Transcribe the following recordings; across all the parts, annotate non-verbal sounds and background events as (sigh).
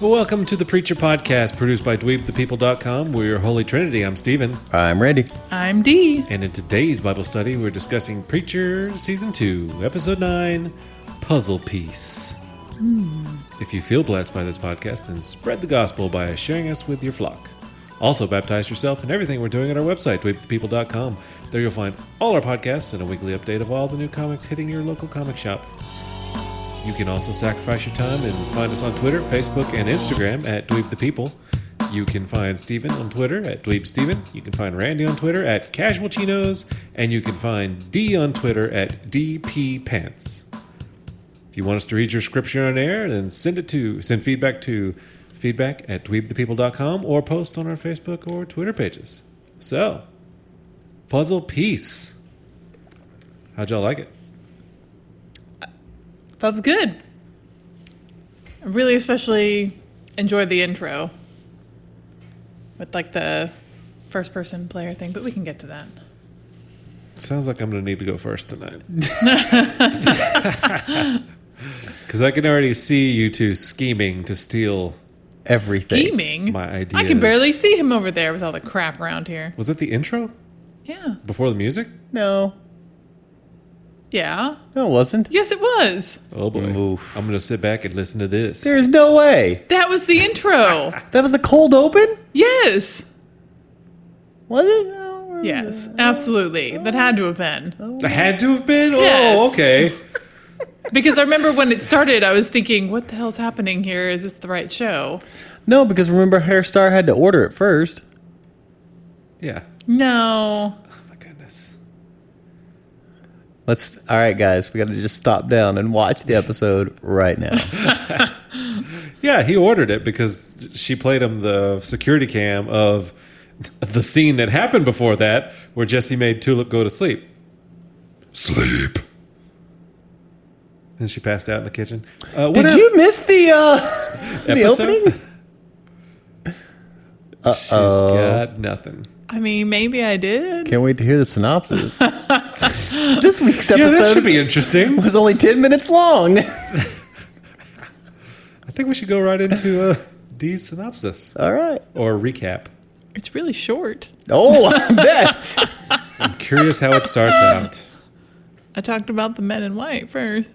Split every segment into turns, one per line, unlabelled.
Welcome to the Preacher Podcast, produced by DweebThePeople.com. We're your Holy Trinity. I'm Stephen.
I'm ready.
I'm Dee.
And in today's Bible study, we're discussing Preacher Season 2, Episode 9, Puzzle Piece. If you feel blessed by this podcast, then spread the gospel by sharing us with your flock. Also, baptize yourself in everything we're doing at our website, dweebthepeople.com. There you'll find all our podcasts and a weekly update of all the new comics hitting your local comic shop. You can also sacrifice your time and find us on Twitter, Facebook, and Instagram at Dweeb the People. You can find Steven on Twitter at Dweeb Steven. You can find Randy on Twitter at Casual Chinos. And you can find D on Twitter at DP Pants. If you want us to read your scripture on air, then send it to send feedback to feedback at dweebthepeople.com or post on our Facebook or Twitter pages. So, puzzle piece. How'd y'all like it?
That was good. I really especially enjoyed the intro with like the first person player thing, but we can get to that.
Sounds like I'm going to need to go first
(laughs)
tonight. (laughs) Because I can already see you two scheming to steal
Everything.
Scheming.
my ideas.
I can barely see him over there with all the crap around here.
Was that the intro
Yeah.
before the music?
No. Yeah.
No, it wasn't.
Yes, it was.
Oh boy!
Oof.
I'm going to sit back and listen to this.
There's no way.
That was
(laughs)
the intro.
That was the cold open?
yes.
Was it? I don't remember.
Yes. Absolutely. That had to have been.
I had to have been. Oh,
Yes.
okay.
Because I remember when it started, I was thinking, what the hell's happening here? Is this the right show?
No, because remember, Hairstar had to order it first.
Yeah.
No.
Oh my goodness.
Let's. All right, guys, we got to just stop down and watch the episode right (laughs) now.
Yeah, he ordered it because she played him the security cam of the scene that happened before that, where Jesse made Tulip go to sleep. Sleep. And she passed out in the kitchen. Uh, what
Did
ep-
you miss the uh, the
episode?
opening?
(laughs) She's got nothing.
I mean, maybe I
(laughs)
did.
Can't wait to hear the (laughs) synopsis. this week's
Yeah, this
episode
should be interesting.
was only ten minutes long. (laughs)
I think we should go right into uh, D's synopsis
all right.
or recap.
It's really short.
Oh, (laughs) I bet.
I'm curious how it starts out.
I talked about the men in white first.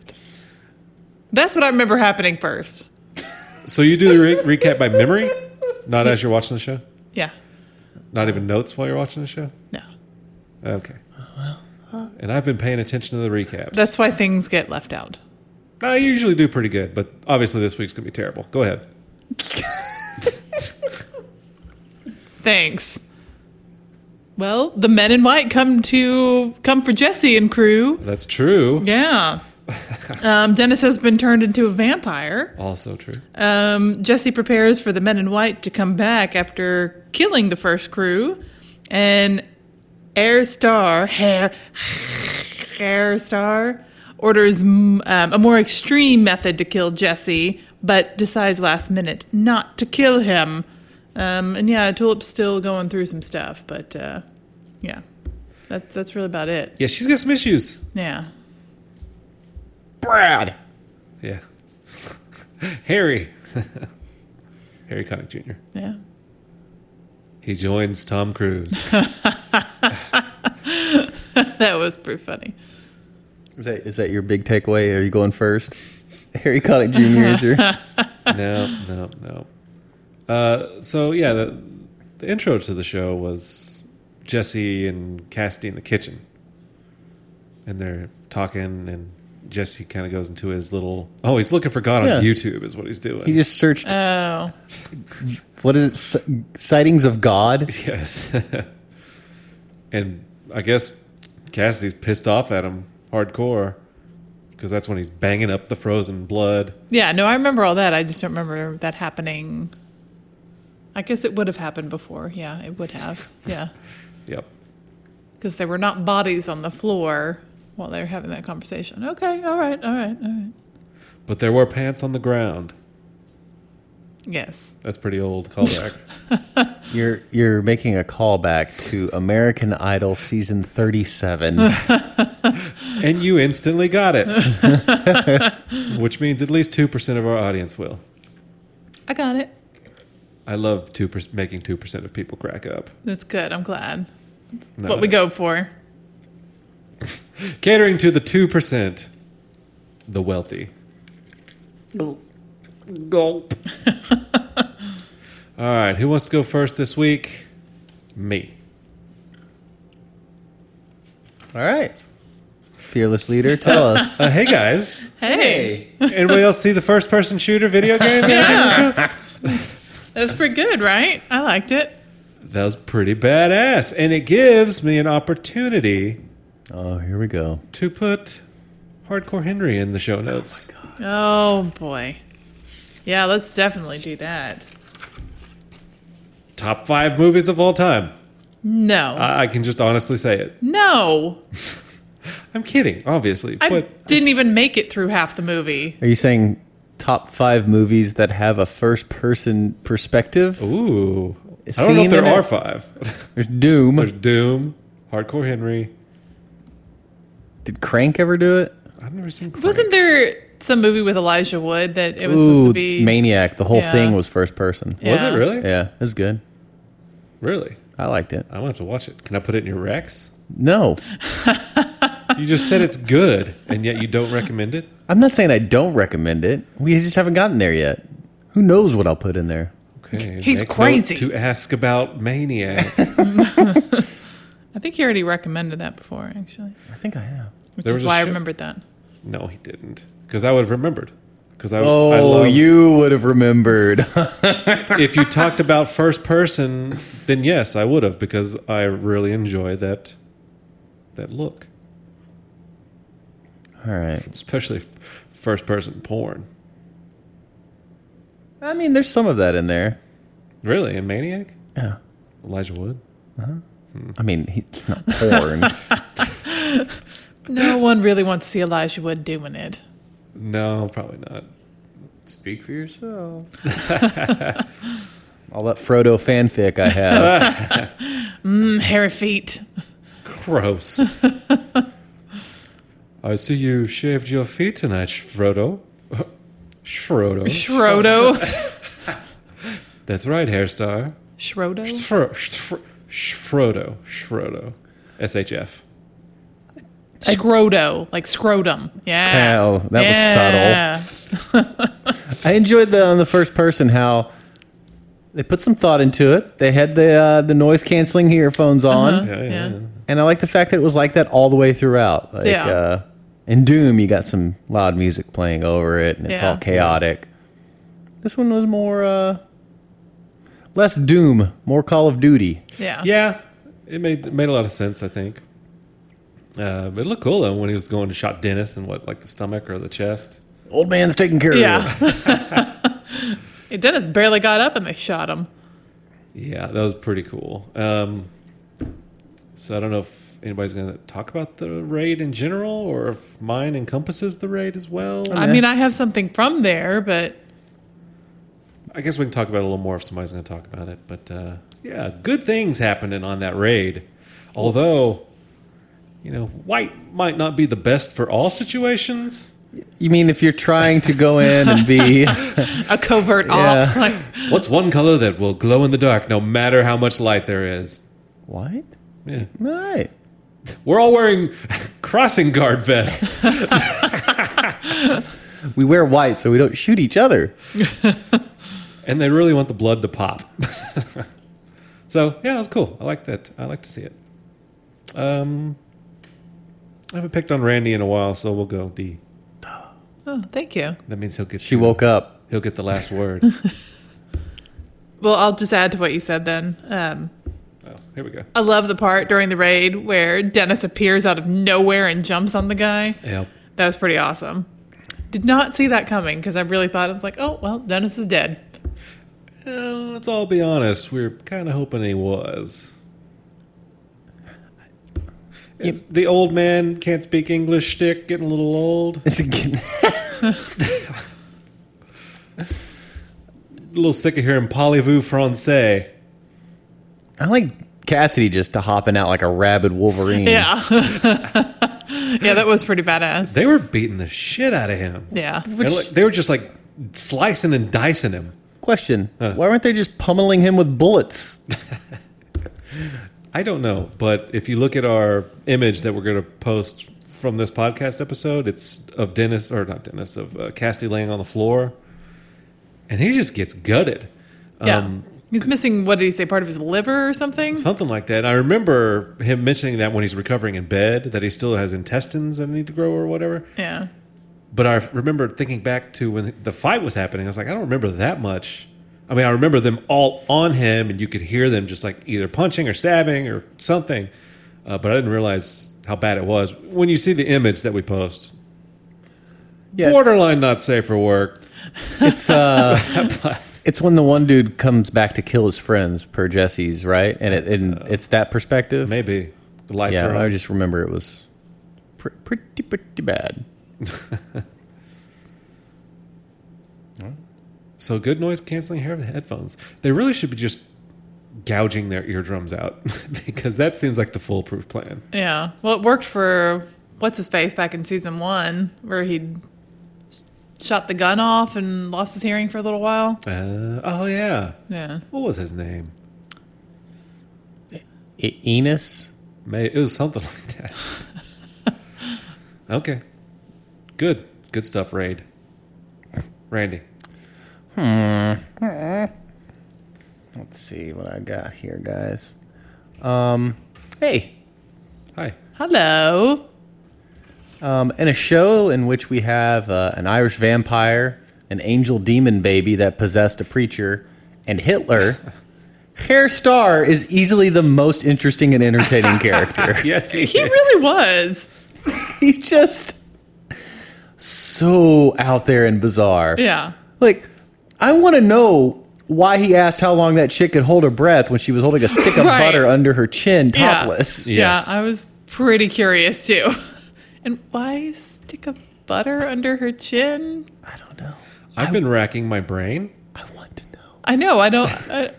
That's what I remember happening first.
So you do the re- recap by memory, not as you're watching the show,
Yeah.
not even notes while you're watching the show.
No.
Okay. And I've been paying attention to the recaps.
That's why things get left out.
I usually do pretty good, but obviously this week's gonna be terrible. Go ahead.
Thanks. Well, the men in white come to come for Jesse and crew.
That's true.
Yeah. Um, Dennis has been turned into a vampire.
Also true.
Um, Jesse prepares for the men in white to come back after killing the first crew, and Air Star, Hair, Air Star orders mm, um, a more extreme method to kill Jesse, but decides last minute not to kill him. Um, and yeah, Tulip's still going through some stuff, but uh, yeah, that, that's really about it.
Yeah, she's got some issues.
Yeah.
Brad.
Yeah. (laughs) Harry. (laughs) Harry Connick Jr.
Yeah. (laughs)
He joins Tom Cruise.
That was pretty funny.
Is that is that your big takeaway? Are you going first? Harry Connick Jr. is (laughs) your
no, no, no. Uh, so yeah, the, the intro to the show was Jesse and Cassidy in the kitchen, and they're talking, and Jesse kind of goes into his little. Oh, he's looking for God
Yeah.
on YouTube, is what he's doing.
he just searched
Oh.
what is it S- sightings of God?
(laughs) yes, and I guess Cassidy's pissed off at him hardcore because that's when he's banging up the frozen blood.
Yeah, no, I remember all that. I just don't remember that happening. I guess it would have happened before. Yeah, it would have. Yeah,
Yep.
because there were not bodies on the floor while they were having that conversation. Okay, all right, all right, all right.
But there were pants on the ground.
Yes.
That's pretty old
(laughs)
callback.
You're you're making a callback to American Idol season
(sighs)
37.
And you instantly got it. (laughs) Which means at least 2% of our audience will.
I got it.
I love two per- making two percent of people crack up.
That's good. I'm glad.
No,
what we
no.
go for.
catering to the two percent, the wealthy. Gulp. All right, who wants to go first this week? Me.
All right. Fearless leader, tell
(laughs)
us.
Uh, hey guys,
Hey,
anybody else see the first-person shooter video game? that
that was pretty good, right? I liked it.
was pretty badass, and it gives me an opportunity
Oh, here we go.
to put Hardcore Henry in the show notes.
Oh boy. Yeah, let's definitely do that.
Top five movies of all time.
No.
I, I can just honestly say it.
no.
I'm kidding, obviously,
I
but
didn't even make it through half the movie.
Are you saying top five movies that have a first person perspective?
ooh, I don't know
Scene
if there
in
are
it?
five. (laughs)
There's Doom.
There's Doom, Hardcore Henry.
Did Crank ever do it?
I've never seen. Crank.
Wasn't there some movie with Elijah Wood that it was supposed
Ooh,
to be?
Maniac. The whole
Yeah.
thing was first person.
Yeah.
Was it really?
Yeah, it was good.
Really?
I liked it.
I will have to watch it. Can I put it in your Rex?
No,
You just said it's good, and yet you don't recommend it.
I'm not saying I don't recommend it. We just haven't gotten there yet. Who knows what I'll put in there?
Okay,
He's
make note
crazy.
to ask about Maniac.
I think he already recommended that before, actually,
I think I have.
which
There
is
was a
why I
show-
remembered that.
no, he didn't, because I would have remembered. Because I, I
Oh,
love,
you would have remembered. (laughs)
if you talked about first person, then yes, I would have, because I really enjoy that that look,
All right.
especially f- first person porn.
I mean, there's some of that in there.
Really, in Maniac,
Yeah.
Elijah Wood.
I mean, he- it's (laughs) not porn.
No one really wants to see Elijah Wood doing it.
No, probably not.
Speak for yourself. (laughs) All that Frodo fanfic I (laughs) have.
Mm, hairy feet.
Gross. I see you shaved your feet tonight, Frodo. Frodo.
Schrodo.
That's right, Hairstar.
Schrodo?
Fro- Fro- Frodo. Frodo. SHF.
Schrodo. Like scrotum. Yeah.
Wow, that was
yeah.
I enjoyed the on the first person how they put some thought into it. They had the uh, the noise canceling earphones on,
Yeah, yeah,
Yeah.
yeah.
and I like the fact that it was like that all the way throughout. Like,
Yeah.
Uh, in Doom, you got some loud music playing over it, and it's
Yeah.
all chaotic. This one was more uh, less Doom, more Call of Duty.
Yeah.
Yeah, it made it made a lot of sense, I think. Uh, but it looked cool though when he was going to shot Dennis in what, like the stomach or the chest.
Old man's taking care of it.
Yeah. (laughs) Hey, Dennis barely got up and they shot him.
Yeah, that was pretty cool. Um, so I don't know if anybody's going to talk about the raid in general, or if mine encompasses the raid as well.
I mean, I have something from there, but
I guess we can talk about it a little more if somebody's going to talk about it. But uh, yeah, good things happening on that raid. Although, you know, white might not be the best for all situations.
You mean if you're trying to go in and be (laughs)
a covert
Yeah.
off. (laughs) Like,
What's one color that will glow in the dark no matter how much light there is?
what?
Yeah.
Right.
We're all wearing (laughs) crossing guard vests.
We wear white so we don't shoot each other.
and they really want the blood to pop. (laughs) so yeah, it was cool. I like that. I like to see it. Um, I haven't picked on Randy in a while, so we'll go D.
oh, thank you.
That means he'll get
She woke up. (laughs)
He'll get the last word.
Well, I'll just add to what you said then. Um,
oh, here we go.
I love the part during the raid where Dennis appears out of nowhere and jumps on the guy.
Yep.
That was pretty awesome. Did not see that coming because I really thought I was like, oh, well, Dennis is dead.
Uh, let's all be honest. We are kind of hoping he was. It's the old man can't speak English shtick, getting a little old.
It's again-
A little sick of hearing parlez-vous français.
I like Cassidy just to hopping out like a rabid Wolverine.
Yeah. yeah, (laughs) that was pretty badass.
They were beating the shit out of him.
Yeah.
And, like, they were just like slicing and dicing him.
Question: Why weren't they just pummeling him with bullets?
I don't know, but if you look at our image that we're going to post from this podcast episode, it's of Dennis or not Dennis of uh, Cassidy laying on the floor, and he just gets gutted,
Yeah. He's missing, what did he say, part of his liver or something?
something like that. And I remember him mentioning that when he's recovering in bed, that he still has intestines that need to grow or whatever.
Yeah.
But I remember thinking back to when the fight was happening. I was like, I don't remember that much. I mean, I remember them all on him, and you could hear them just like either punching or stabbing or something. Uh, but I didn't realize how bad it was. When you see the image that we post,
Yeah.
borderline not safe for work.
It's uh, it's when the one dude comes back to kill his friends per Jesse's right, and it and it's that perspective.
Maybe the lights
Yeah,
are
I
on.
just remember it was pr- pretty pretty bad.
so good noise canceling hair headphones. They really should be just gouging their eardrums out (laughs) because that seems like the foolproof plan.
Yeah. Well, it worked for what's his face back in season one, where he shot the gun off and lost his hearing for a little while.
Uh, oh yeah,
Yeah.
what was his name?
E- Enos.
May it was something (laughs) like that. (laughs) okay. Good. Good stuff, Raid. Randy.
Let's see what I got here, guys. Um, hey,
Hi.
Hello.
um, in a show in which we have uh, an Irish vampire, an angel demon baby that possessed a preacher, and Hitler, Hair Star is easily the most interesting and entertaining character.
Yes, he
(laughs) He really was.
(laughs) He's just so out there and bizarre.
Yeah.
Like, I want to know why he asked how long that chick could hold her breath when she was holding a stick of
(laughs) Right.
butter under her chin,
Yeah.
topless.
Yes.
Yeah. I was pretty curious too. (laughs) And why stick of butter under her chin?
I don't know.
I've been racking my brain.
I want to know.
I know. I don't. I,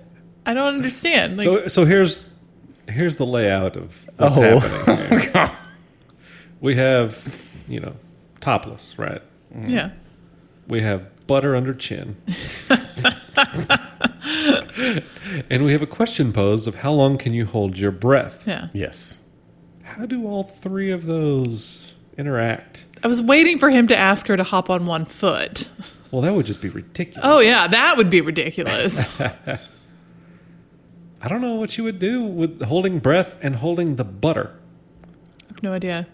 I don't understand. Like,
So so here's here's the layout of what's
Oh.
happening. here. (laughs) we have, you know, topless, right?
yeah.
We have butter under chin. and we have a question posed of how long can you hold your breath?
Yeah.
Yes.
How do all three of those interact?
I was waiting for him to ask her to hop on one foot.
Well, that would just be ridiculous.
Oh yeah, that would
(laughs)
be ridiculous.
I don't know what you would do with holding breath and holding the butter.
I've no idea.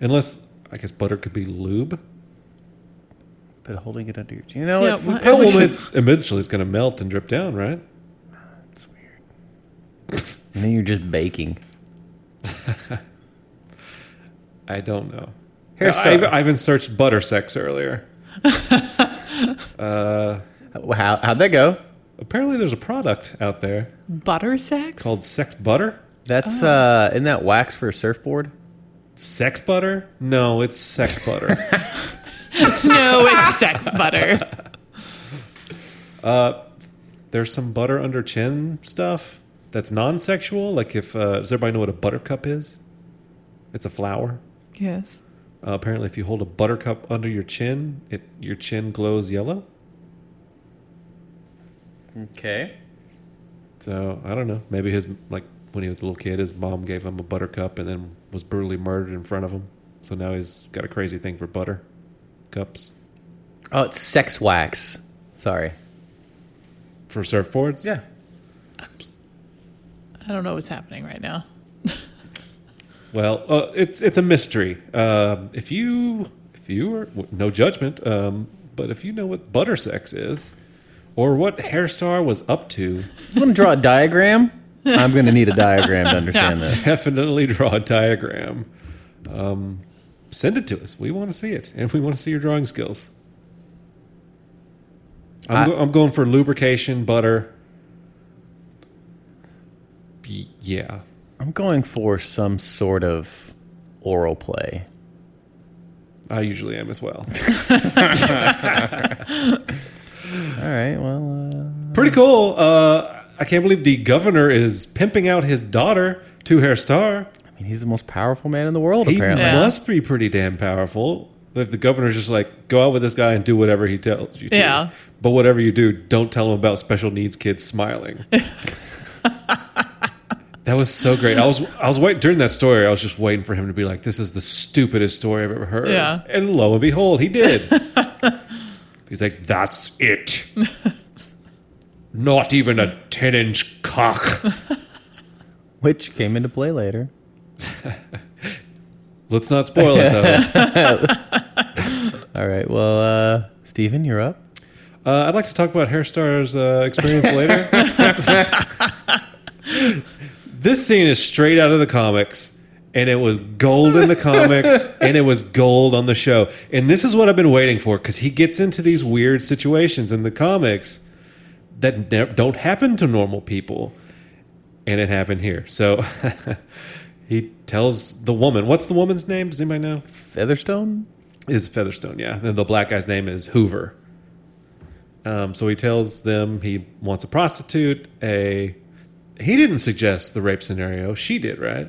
Unless, I guess butter could be lube.
But holding it under your chin. You know
Yeah,
what?
what-
We probably
well,
should-
it's eventually it's going to melt and drip down, right?
That's weird. (laughs) and then you're just baking.
I don't know.
Hair
I,
style.
I even searched butter sex earlier.
How, how'd that go?
Apparently, there's a product out there
Butter sex?
called Sex Butter.
That's,
Oh.
uh, isn't that wax for a surfboard?
Sex butter? No, it's sex butter.
(laughs) no,
(laughs)
it's sex butter.
there's some butter under chin stuff that's non-sexual. Like if uh, does everybody know what a buttercup is? It's a flower.
Yes.
Uh, apparently, if you hold a buttercup under your chin, it your chin glows yellow.
Okay.
So I don't know. Maybe his like when he was a little kid, his mom gave him a buttercup and then was brutally murdered in front of him. So now he's got a crazy thing for butter cups
Oh, it's sex wax. Sorry.
for surfboards.
Yeah.
I don't know what's happening right now.
Well, uh, it's it's a mystery. Um if you if you are w- no judgment, um, but if you know what butter sex is, or what Hairstar was up to, (laughs)
You want to draw a
(laughs)
diagram? I'm going to need a diagram to understand this.
definitely draw a diagram. Um, send it to us. We want to see it, and we want to see your drawing skills. I'm,
I-
go- I'm going for lubrication, butter. Y- yeah,
I'm going for some sort of oral play.
I usually am as well.
All right. Well, uh,
Pretty cool. Uh, I can't believe the governor is pimping out his daughter to her star.
uh, I mean, he's the most powerful man in the world,
He
apparently.
Yeah.
must be pretty damn powerful. Like the governor's just like, go out with this guy and do whatever he tells you to.
Yeah.
But whatever you do, don't tell him about special needs kids
(laughs)
smiling. that was so great. I was I was waiting during that story, I was just waiting for him to be like, This is the stupidest story I've ever heard.
Yeah.
And lo and behold, he
(laughs)
did. He's like, That's it. Not even a ten inch
(laughs)
cock.
which came into play later.
Let's not spoil it though.
All right. Well, uh, Steven, you're up.
Uh, I'd like to talk about Hairstar's uh, experience later. this scene is straight out of the comics, and it was gold in the comics, and it was gold on the show. And this is what I've been waiting for because he gets into these weird situations in the comics that nev- don't happen to normal people, and it happened here. So (laughs) he tells the woman, "What's the woman's name? Does anybody know?"
Featherstone.
is Featherstone, yeah. And the black guy's name is Hoover. Um, so he tells them he wants a prostitute, a he didn't suggest the rape scenario. She did, right?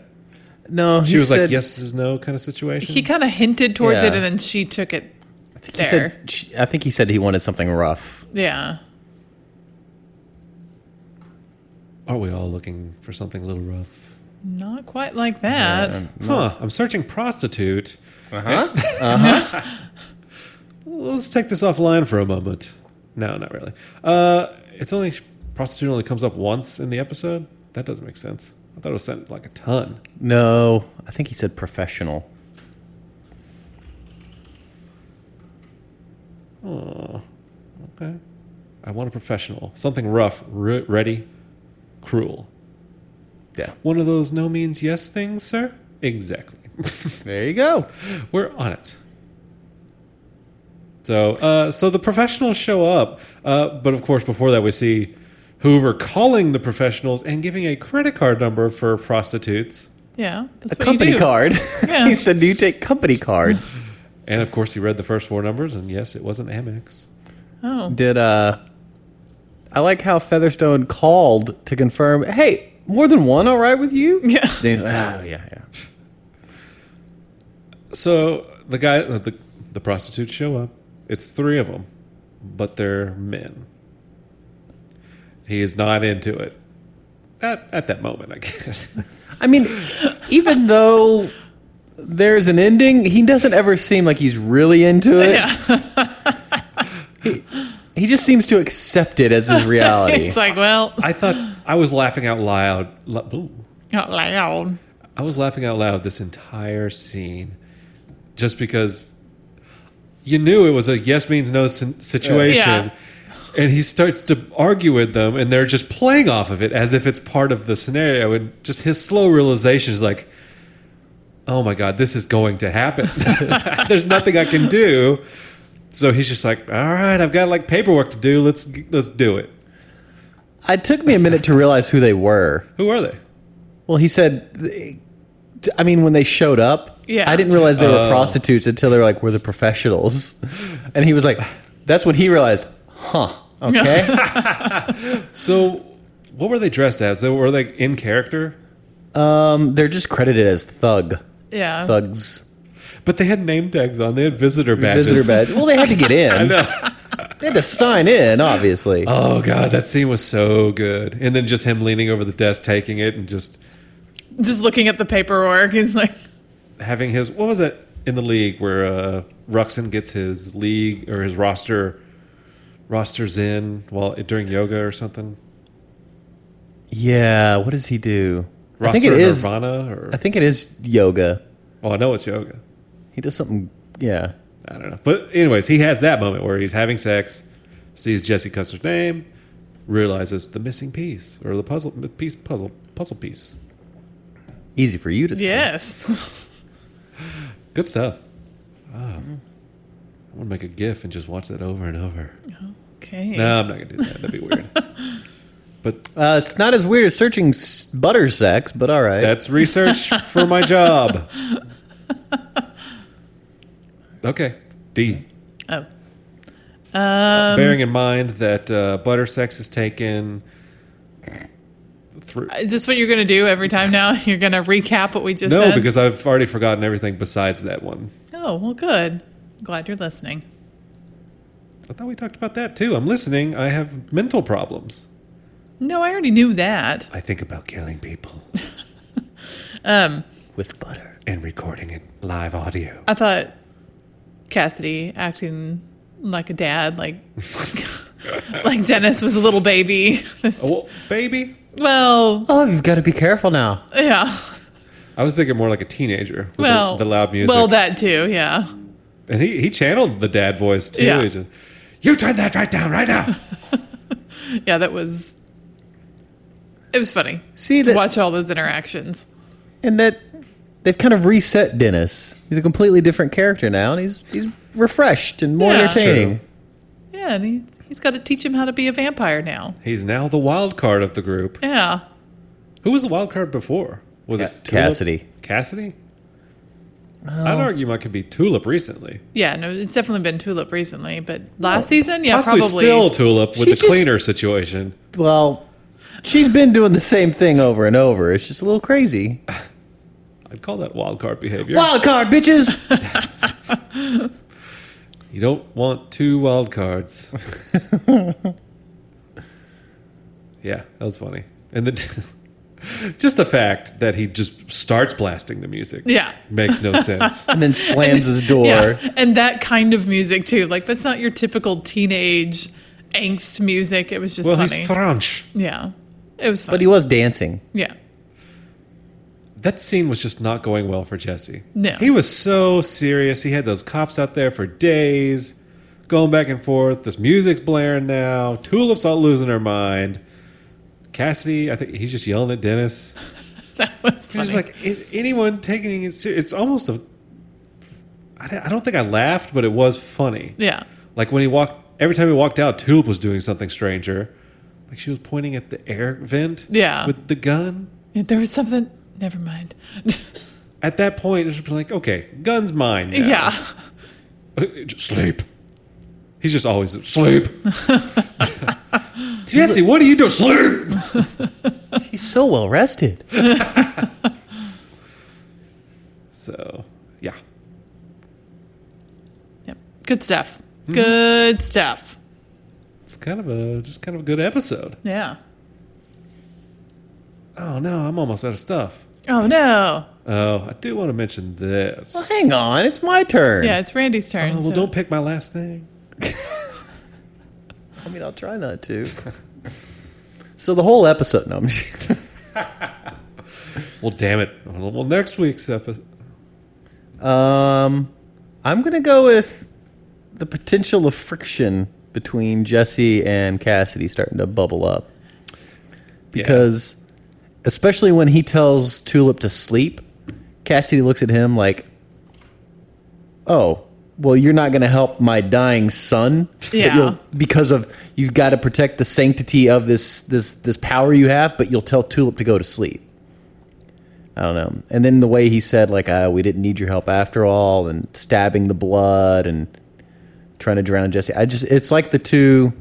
No, he
She was like,
said-
yes, there's no kind of situation.
He kind of hinted towards
Mm. Yeah.
it, and then she took it
He
there.
said, she- I think he said he wanted something rough.
yeah.
Are we all looking for something a little rough?
Not quite like that.
Huh. I'm searching prostitute. (laughs)
Uh-huh.
Let's take this offline for a moment. No, not really. Uh, it's only prostitute only comes up once in the episode. That doesn't make sense. I thought it was sent like a ton.
No, I think he said professional.
Okay. I want a professional. Something rough, re- ready, cruel.
Yeah.
One of those no means yes things, sir? Exactly. (laughs)
There you go.
We're on it. So, uh, so the professionals show up, uh, but of course, before that, we see Hoover calling the professionals and giving a credit card number for prostitutes,
Yeah.
a
That's what
company
you do.
card. (laughs)
Yeah.
he said, "Do you take company cards?"
and of course, he read the first four numbers, and yes, it wasn't Amex.
Oh.
Did uh, I like how Featherstone called to confirm? Hey, more than one, all right with you? (laughs)
Yeah.
Then he's like, oh yeah, yeah.
So the guy, uh, the the prostitutes show up. It's three of them, but they're men. He is not into it at at that moment, I guess.
I mean, even though there's an ending, he doesn't ever seem like he's really into it.
Yeah. (laughs)
He just seems to accept it
(laughs)
as his reality.
it's like, well,
I thought I was laughing out loud. la- ooh.
not loud.
I was laughing out loud this entire scene, just because you knew it was a yes means no sin- situation.
Yeah.
And he starts to argue with them, and they're just playing off of it as if it's part of the scenario. And just his slow realization is like, oh my God, this is going to happen. (laughs) There's nothing I can do. So he's just like, all right, I've got like paperwork to do. Let's let's do it.
it took me a minute to realize who they were.
Who are they?
Well, he said, I mean, when they showed up,
Yeah.
I didn't realize they were
Oh.
prostitutes until they were like, we're the professionals. (laughs) And he was like, that's when he realized, huh,
(laughs)
okay.
So what were they dressed as? Were they in character?
um, they're just credited as thug,
Yeah.
thugs,
But they had name tags on. They had visitor badges.
visitor badge. Well, they had
(laughs)
to get in.
know.
They had to sign in, obviously.
Oh god, that scene was so good. And then just him leaning over the desk, taking it, and just
Just looking at the paperwork and like,
having his what was it in the league where uh, Ruxin gets his league or his roster rosters in while during yoga or something.
Yeah, what does he do?
Roster
I think it is.
Nirvana or
I think it is yoga.
oh, I know it's yoga.
He does something. Yeah,
I don't know. But anyways, he has that moment where he's having sex, sees Jesse Custer's name, realizes the missing piece or the puzzle piece puzzle puzzle piece.
easy for you to. say.
yes.
Good stuff. Oh. I want to make a GIF and just watch that over and over.
Okay.
No, I'm not going to do that. That'd be
(laughs)
weird. but
Uh, it's not as weird as searching s- butter sex, but all right.
that's research for my job. Okay. D.
Oh. Um,
Bearing in mind that uh, butter sex is taken through.
Is this what you're going to do every time now? (laughs) You're going to recap what we just
No,
said?
because I've already forgotten everything besides that one.
Oh, well, good. Glad you're listening.
I thought we talked about that too. I'm listening. I have mental problems.
No, I already knew that.
I think about killing people
with butter.
and recording it live audio.
I thought Cassidy acting like a dad, like (laughs) like Dennis was a little baby. (laughs) This-
Oh, baby.
well,
Oh, you've got to be careful now.
yeah.
I was thinking more like a teenager with
Well,
the, the loud music.
Well, that too. Yeah.
and he, he channeled the dad voice too.
Yeah.
He just, you turn that right down right now.
(laughs) Yeah, that was. It was funny
See
to
that,
watch all those interactions.
and that they've kind of reset Dennis. He's a completely different character now, and he's he's refreshed and more
Yeah.
entertaining.
Yeah, and he, he's got to teach him how to be a vampire now.
He's now the wild card of the group.
Yeah.
Who was the wild card before? Was
Ca-
it Tulip?
Cassidy.
Cassidy? I'd argue mine could be Tulip recently.
Yeah, no, it's definitely been Tulip recently, but last season,
Oh,
yeah,
Possibly,
probably.
still Tulip with
She's
the
just-
cleaner situation.
Well, she's been doing the same thing over and over. It's just a little crazy.
I'd call that wild card behavior.
Wild card, bitches.
You don't want two wild
(laughs)
cards. yeah, that was funny. And the (laughs) just the fact that he just starts blasting the music
Yeah.
makes
(laughs)
no sense.
and then slams his door.
Yeah, and that kind of music too. Like that's not your typical teenage angst music. It was just
well,
funny.
he's French.
yeah, it was
But
funny.
he was dancing.
yeah, (laughs)
That scene was just not going well for Jesse.
No.
He was so serious. He had those cops out there for days, going back and forth. This music's blaring now. Tulip's all losing her mind. Cassidy, I think he's just yelling at Dennis.
that was
He's
funny.
just like, is anyone taking it serious? It's almost a. I don't- I don't think I laughed, but it was funny.
yeah,
Like when he walked, every time he walked out, Tulip was doing something stranger. Like she was pointing at the air vent
Yeah.
with the gun.
there was something. Never mind. (laughs)
At that point, it's just like, okay, gun's mine. now. (laughs)
yeah,
Uh, just sleep. He's just always
(laughs)
sleep. Jesse, what do you do? Sleep.
He's so well rested.
So, yeah,
Yep. good stuff.
Mm-hmm.
Good stuff.
it's kind of a just kind of a good episode.
Yeah.
Oh no, I'm almost out of stuff.
Oh no.
Oh, I do want to mention this.
Well, hang on, it's my turn.
Yeah, it's Randy's turn.
Oh, well,
so-
don't pick my last thing.
I mean, I'll try not to. (laughs) so the whole episode. No, I'm just-
Well, damn it. Well, next week's episode.
um, I'm gonna go with the potential of friction between Jesse and Cassidy starting to bubble up because, especially when he tells Tulip to sleep, Cassidy looks at him like, "Oh." Well, you're not going to help my dying son, but
Yeah.
you'll- because of you've got to protect the sanctity of this this this power you have. But you'll tell Tulip to go to sleep. I don't know. And then the way he said, like, uh, we didn't need your help after all, and stabbing the blood and trying to drown Jesse. I just, it's like the two,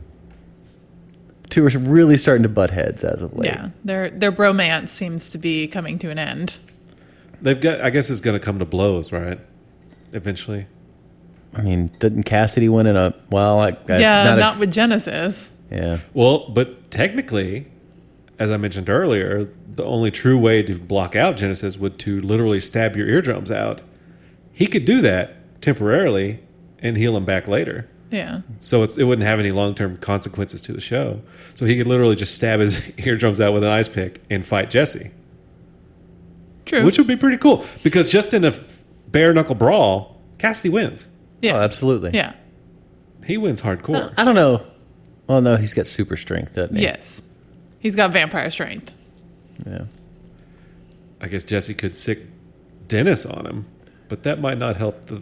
two are really starting to butt heads as of late.
Yeah, their their bromance seems to be coming to an end.
They've got. I guess it's going to come to blows, right? Eventually.
I mean, didn't Cassidy win in a, well, I, I-
yeah,
a-
not, with Genesis.
yeah.
Well, but technically, as I mentioned earlier, the only true way to block out Genesis would to literally stab your eardrums out. He could do that temporarily and heal them back later.
Yeah,
So it's, it wouldn't have any long term consequences to the show. So he could literally just stab his (laughs) eardrums out with an ice pick and fight Jesse,
true.
which would be pretty cool because just in a bare knuckle brawl, Cassidy wins.
Oh,
yeah,
absolutely.
yeah,
He wins hardcore.
I don't know. Well, no, he's got super strength, doesn't he?
yes. He's got vampire strength.
Yeah.
I guess Jesse could sick Dennis on him, but that might not help the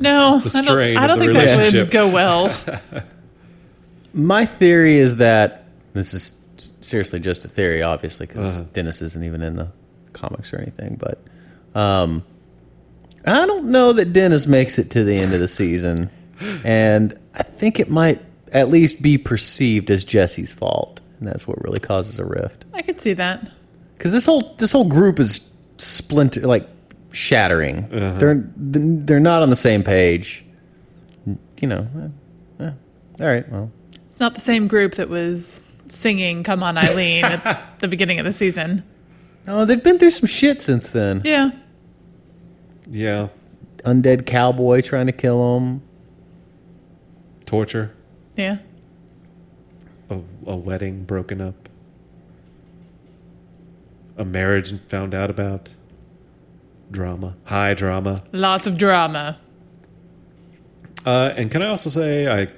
(laughs)
No,
The
I
strain
don't, I
of
don't
the
think that
relationship.
would go well. (laughs)
My theory is that this is seriously just a theory, obviously, because Dennis isn't even in the comics or anything. But um, I don't know that Dennis makes it to the end of the season, and I think it might at least be perceived as Jesse's fault, and that's what really causes a rift.
I could see that.
Because this whole this whole group is splinter like shattering. They're They're they're not on the same page. you know, eh, eh, all right, well,
It's not the same group that was singing "Come On,
(laughs)
Eileen" at the beginning of the season.
oh, they've been through some shit since then.
Yeah,
Yeah.
Undead cowboy trying to kill him.
Torture.
yeah.
A, a wedding broken up. A marriage found out about. Drama. High drama.
Lots of drama.
Uh, and can I also say I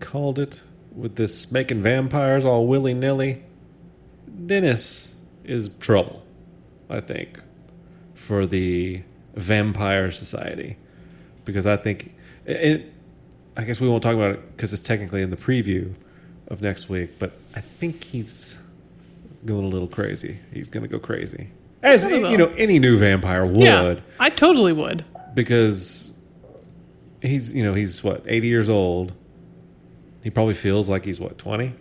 called it with this making vampires all willy nilly? Dennis is trouble, I think, for the vampire society. Because I think, and I guess we won't talk about it because it's technically in the preview of next week, but I think he's going a little crazy. He's going to go crazy. As
Probably
you know, any new vampire would
Yeah, I totally would.
because he's you know he's what 80 years old he probably feels like he's what 20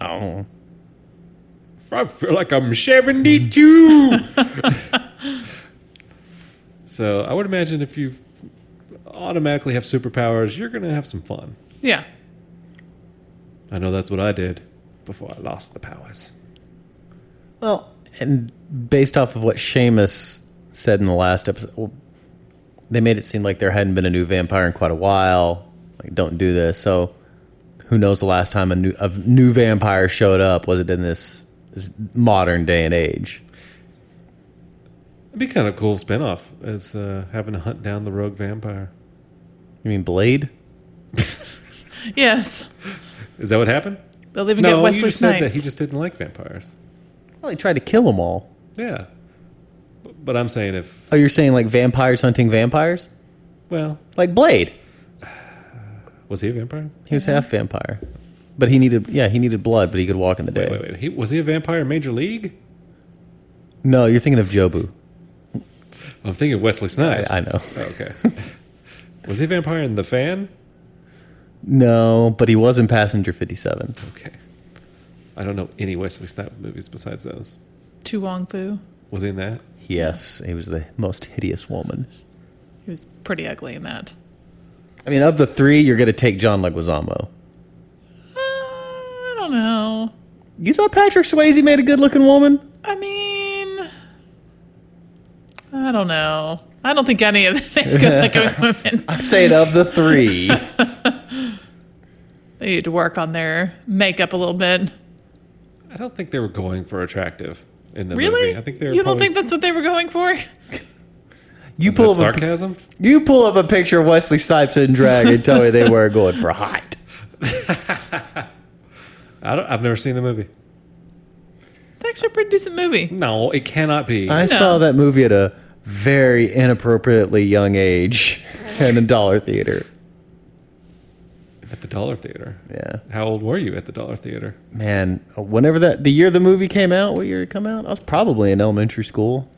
Oh,
i feel like i'm 72 (laughs) so i would imagine if you automatically have superpowers you're gonna have some fun
Yeah,
i know that's what i did before i lost the powers
well, and based off of what Seamus said in the last episode, well, they made it seem like there hadn't been a new vampire in quite a while. Like, don't do this. So, who knows the last time a new a new vampire showed up? Was it in this, this modern day and age?
it'd be kind of cool spinoff as uh, having to hunt down the rogue vampire
You mean Blade?
yes.
is that what happened
They'll even get
no you
Wesley
just said that
Snipes.
he just didn't like vampires
Well, he tried to kill them all.
yeah B- but i'm saying if
Oh, you're saying like vampires hunting vampires?
Well,
Like Blade.
was he a vampire?
He was half vampire. But he needed yeah, he needed blood, but he could walk in the day.
Wait, wait, wait. He, was he a vampire in Major League?
No, you're thinking of Jobu.
I'm thinking Wesley Snipes.
I, I know.
Oh, okay. (laughs) was he a vampire in The Fan?
No, but he was in Passenger 57.
Okay. I don't know any Wesley Snipes movies besides those.
Tu Wong Fu.
Was he in that?
Yes, he was the most hideous woman.
He was pretty ugly in that.
I mean, of the three, you're going to take John Leguizamo.
Uh, I don't know.
You thought Patrick Swayze made a good-looking woman?
I mean, I don't know. I don't think any of them (laughs) make
(laughs)
good-looking women.
I'm saying of the (laughs) three.
They need to work on their makeup a little bit.
I don't think they were going for attractive in the
Really?
movie. I think they were
you
probably,
don't think that's what they were going for?
you
Is
pull
that
up a,
sarcasm?
you pull up a picture of Wesley Snipes in drag and tell me they were going for hot.
I don't, I've never seen the movie.
It's actually a pretty decent movie.
No, it cannot be.
I saw that movie at a very inappropriately young age (laughs) in a dollar theater.
at the Dollar Theater.
Yeah.
How old were you at the Dollar Theater?
Man, whenever that, the year the movie came out, what year did it come out? I was probably in elementary school.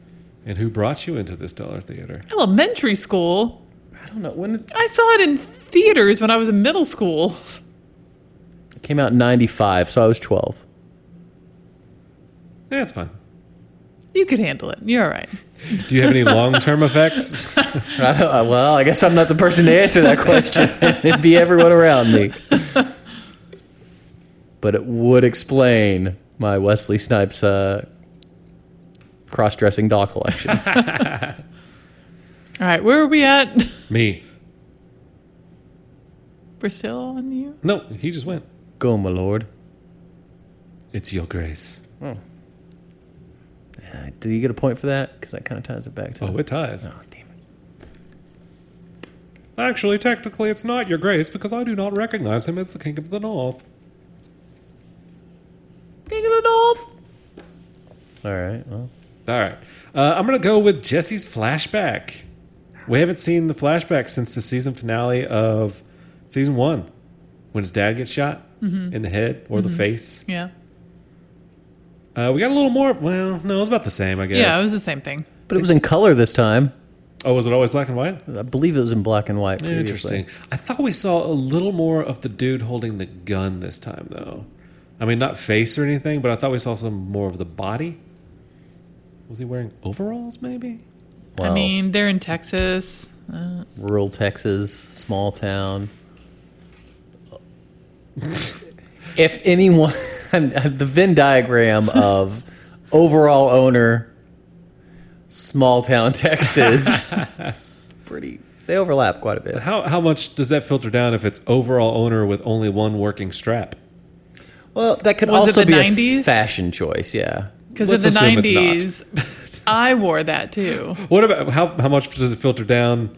And who brought you into this Dollar Theater?
Elementary school.
I don't know. When it,
I saw it in theaters when I was in middle school.
it came out in 95, so I was 12.
Yeah, it's fine.
You could handle it. You're all right.
Do you have
(laughs)
any long-term effects?
I don't- I- Uh, well, I guess I'm not the person to answer that (laughs) question. It'd be everyone around me. But it would explain my Wesley Snipes uh, cross dressing doll (laughs) collection.
All right, where are we at? (laughs)
Me.
We're still on you?
No, he just went.
Go, my lord.
It's your grace.
Uh, do you get a point for that? Because that kind of ties it back to.
Oh, it ties.
Oh, damn it.
Actually, technically, it's not your grace because I do not recognize him as the king of the north.
King of the North.
All right. Well,
All right. Uh, I'm going to go with Jesse's flashback. We haven't seen the flashback since the season finale of season one when his dad gets shot
Mm-hmm.
in the head or the face.
Yeah.
Uh, we got a little more. Well, no, it was about the same, I guess.
Yeah, it was the same thing.
but it was in color this time.
oh, was it always black and white?
I believe it was in black and white. Previously.
Interesting. I thought we saw a little more of the dude holding the gun this time, though. I mean, not face or anything, but I thought we saw some more of the body. Was he wearing overalls, maybe?
Wow.
I mean, they're in Texas.
Rural Texas, small town. if anyone, (laughs) the Venn diagram of overall owner, small town Texas, (laughs) pretty, they overlap quite a bit.
How how much does that filter down if it's overall owner with only one working strap?
Well, that could
Was it
also
the
be
90s?
a fashion choice, yeah.
Because in
Let's
the
assume it's not.
90s, I wore that too.
What about how how much does it filter down?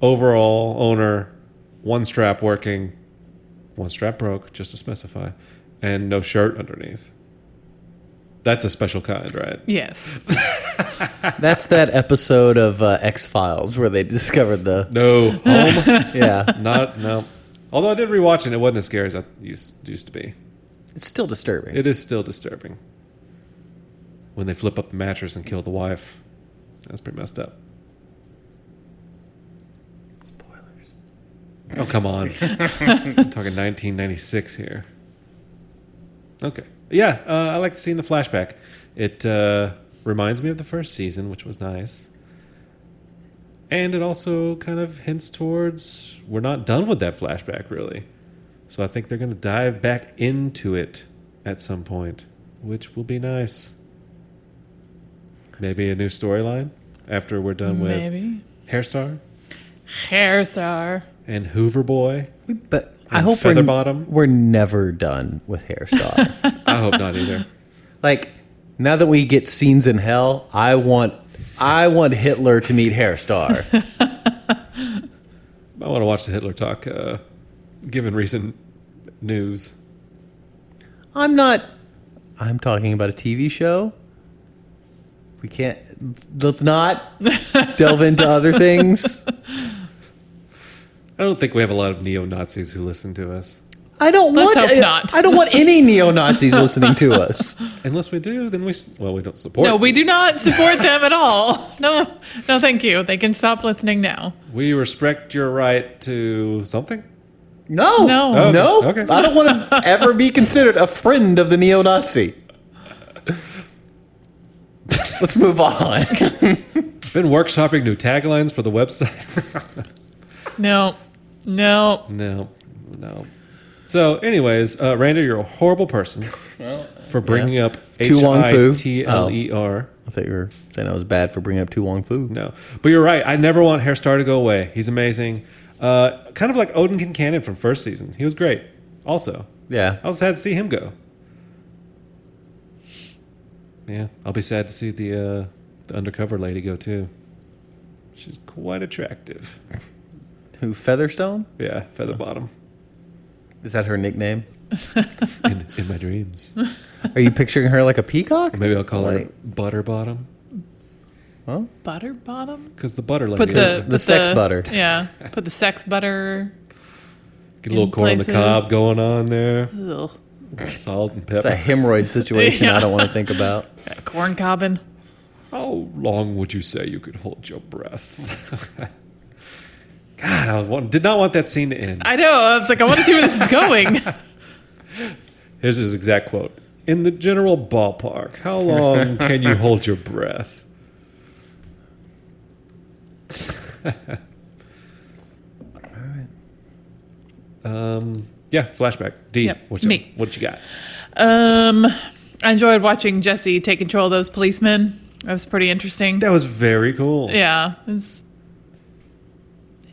Overall owner, one strap working, one strap broke, just to specify, and no shirt underneath. That's a special kind, right?
Yes.
That's that episode of uh, X Files where they (laughs) discovered the
No home, (laughs)
yeah.
not no. Although I did rewatch it, it wasn't as scary as I used used to be.
It's still disturbing.
It is still disturbing when they flip up the mattress and kill the wife. That's pretty messed up. Spoilers. Oh come on! I'm talking 1996 here. Okay, yeah, uh, I like seeing the flashback. It uh, reminds me of the first season, which was nice, and it also kind of hints towards we're not done with that flashback, really. So I think they're going to dive back into it at some point, which will be nice. Maybe a new storyline after we're done with
Maybe.
Hairstar
Hair star.
and Hoover Boy.
but I
And
hope we're,
Featherbottom.
we're never done with hairstyle.
I hope not either.
like now that we get scenes in hell, I want I want Hitler to meet Hairstar.
I want to watch the Hitler talk, uh, given recent news.
(laughs) I'm not. I'm talking about a TV show. We can't. Let's not delve into other things.
I don't think we have a lot of neo Nazis who listen to us.
(laughs) I don't
Let's
want.
hope not.
I don't want any neo (laughs) Nazis listening to us.
Unless we do, then we s- well we don't support.
No, we do not support them at all. (laughs) No, no, thank you. They can stop listening now.
we respect your right to something.
No,
No.
Oh,
no.
okay.
I don't want to ever be considered a friend of the (laughs) neo-Nazi. Let's move on. (laughs)
Been workshopping new taglines for the website. (laughs)
No, no.
No, no. So, anyways, uh, Rander, you're a horrible person for bringing up
Tu
H
Wong Fu.
I T L E R.
Oh.
I thought you were saying I was bad for bringing up Tu Wong Fu.
No, but you're right. I never want Hairstar to go away. He's amazing. Uh, kind of like Odin Kincannon from first season. He was great. Also,
Yeah,
I was sad to see him go. Yeah, I'll be sad to see the uh, the undercover lady go too. She's quite attractive.
who Featherstone?
Yeah, feather
(laughs)
bottom
Is that her nickname?
in, in my dreams.
Are you picturing her like a peacock?
Maybe I'll call her
Like-
butter bottom.
Butter bottom?
Because the butter lady
Put the,
The
put
sex butter.
Yeah. Put the sex butter.
get a little
in
corn on the
places.
cob going on
(laughs)
there,
Ugh.
salt and
It's a
pepper.
hemorrhoid situation
(laughs) Yeah.
I don't want to think about.
Corn cobbin.
How long would you say you could hold your breath? (laughs) God, I want, did not want that scene to end.
I know. I was like, I want to see where this
(laughs)
is going.
Here's his exact quote: "In the general ballpark, how long
(laughs)
can you hold your breath?" Um. Yeah. Flashback. D.
Yep,
What
me.
What you got?
Um, I enjoyed watching Jesse take control of those policemen. That was pretty interesting.
That was very cool.
Yeah. it was-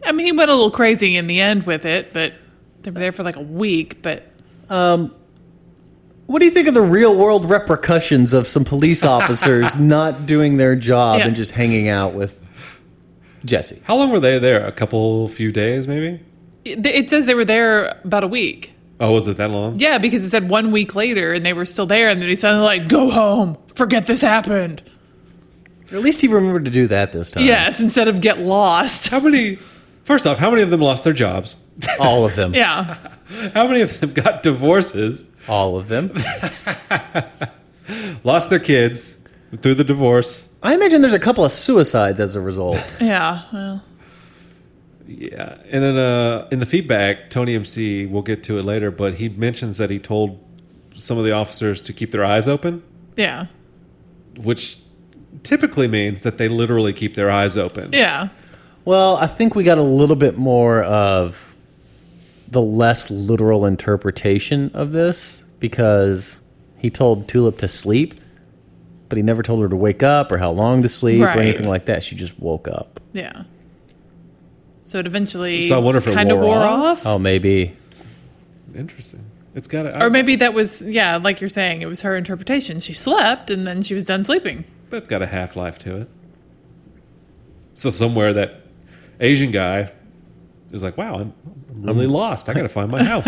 I mean, he went a little crazy in the end with it, but they were there for like a week. But
What do you think of the real world repercussions of some police
(laughs)
officers not doing their job
Yeah.
and just hanging out with Jesse?
How long were they there? A couple, few days, maybe.
it, it says they were there about a week.
Oh, was it that long?
Yeah, because it said one week later and they were still there. And then he's suddenly like, go home. Forget this happened.
At least he remembered to do that this time.
Yes, instead of get
(laughs)
lost.
How many? First off, how many of them lost their jobs?
All of them.
(laughs) Yeah.
How many of them (laughs) got divorces?
All of them.
Lost their kids through the divorce?
I imagine there's a couple of suicides as a result.
Yeah. Well,
Yeah. And in uh, in the feedback, Tony MC, we'll get to it later, but he mentions that he told some of the officers to keep their eyes open,
yeah.
which typically means that they literally keep their eyes open.
Yeah.
Well, I think we got a little bit more of the less literal interpretation of this because he told Tulip to sleep, but he never told her to wake up or how long to sleep
Right.
or anything like that. She just woke up.
Yeah. So it eventually
So I wonder if it
kind of
wore
wore
off?
off.
Oh, maybe.
Interesting. It's got to.
Or maybe that was, yeah, like you're saying, it was her interpretation. She slept and then she was done sleeping.
That's got a half life to it. So somewhere that Asian guy is like, "Wow, I'm, I'm really lost. I got to find my
(laughs)
house."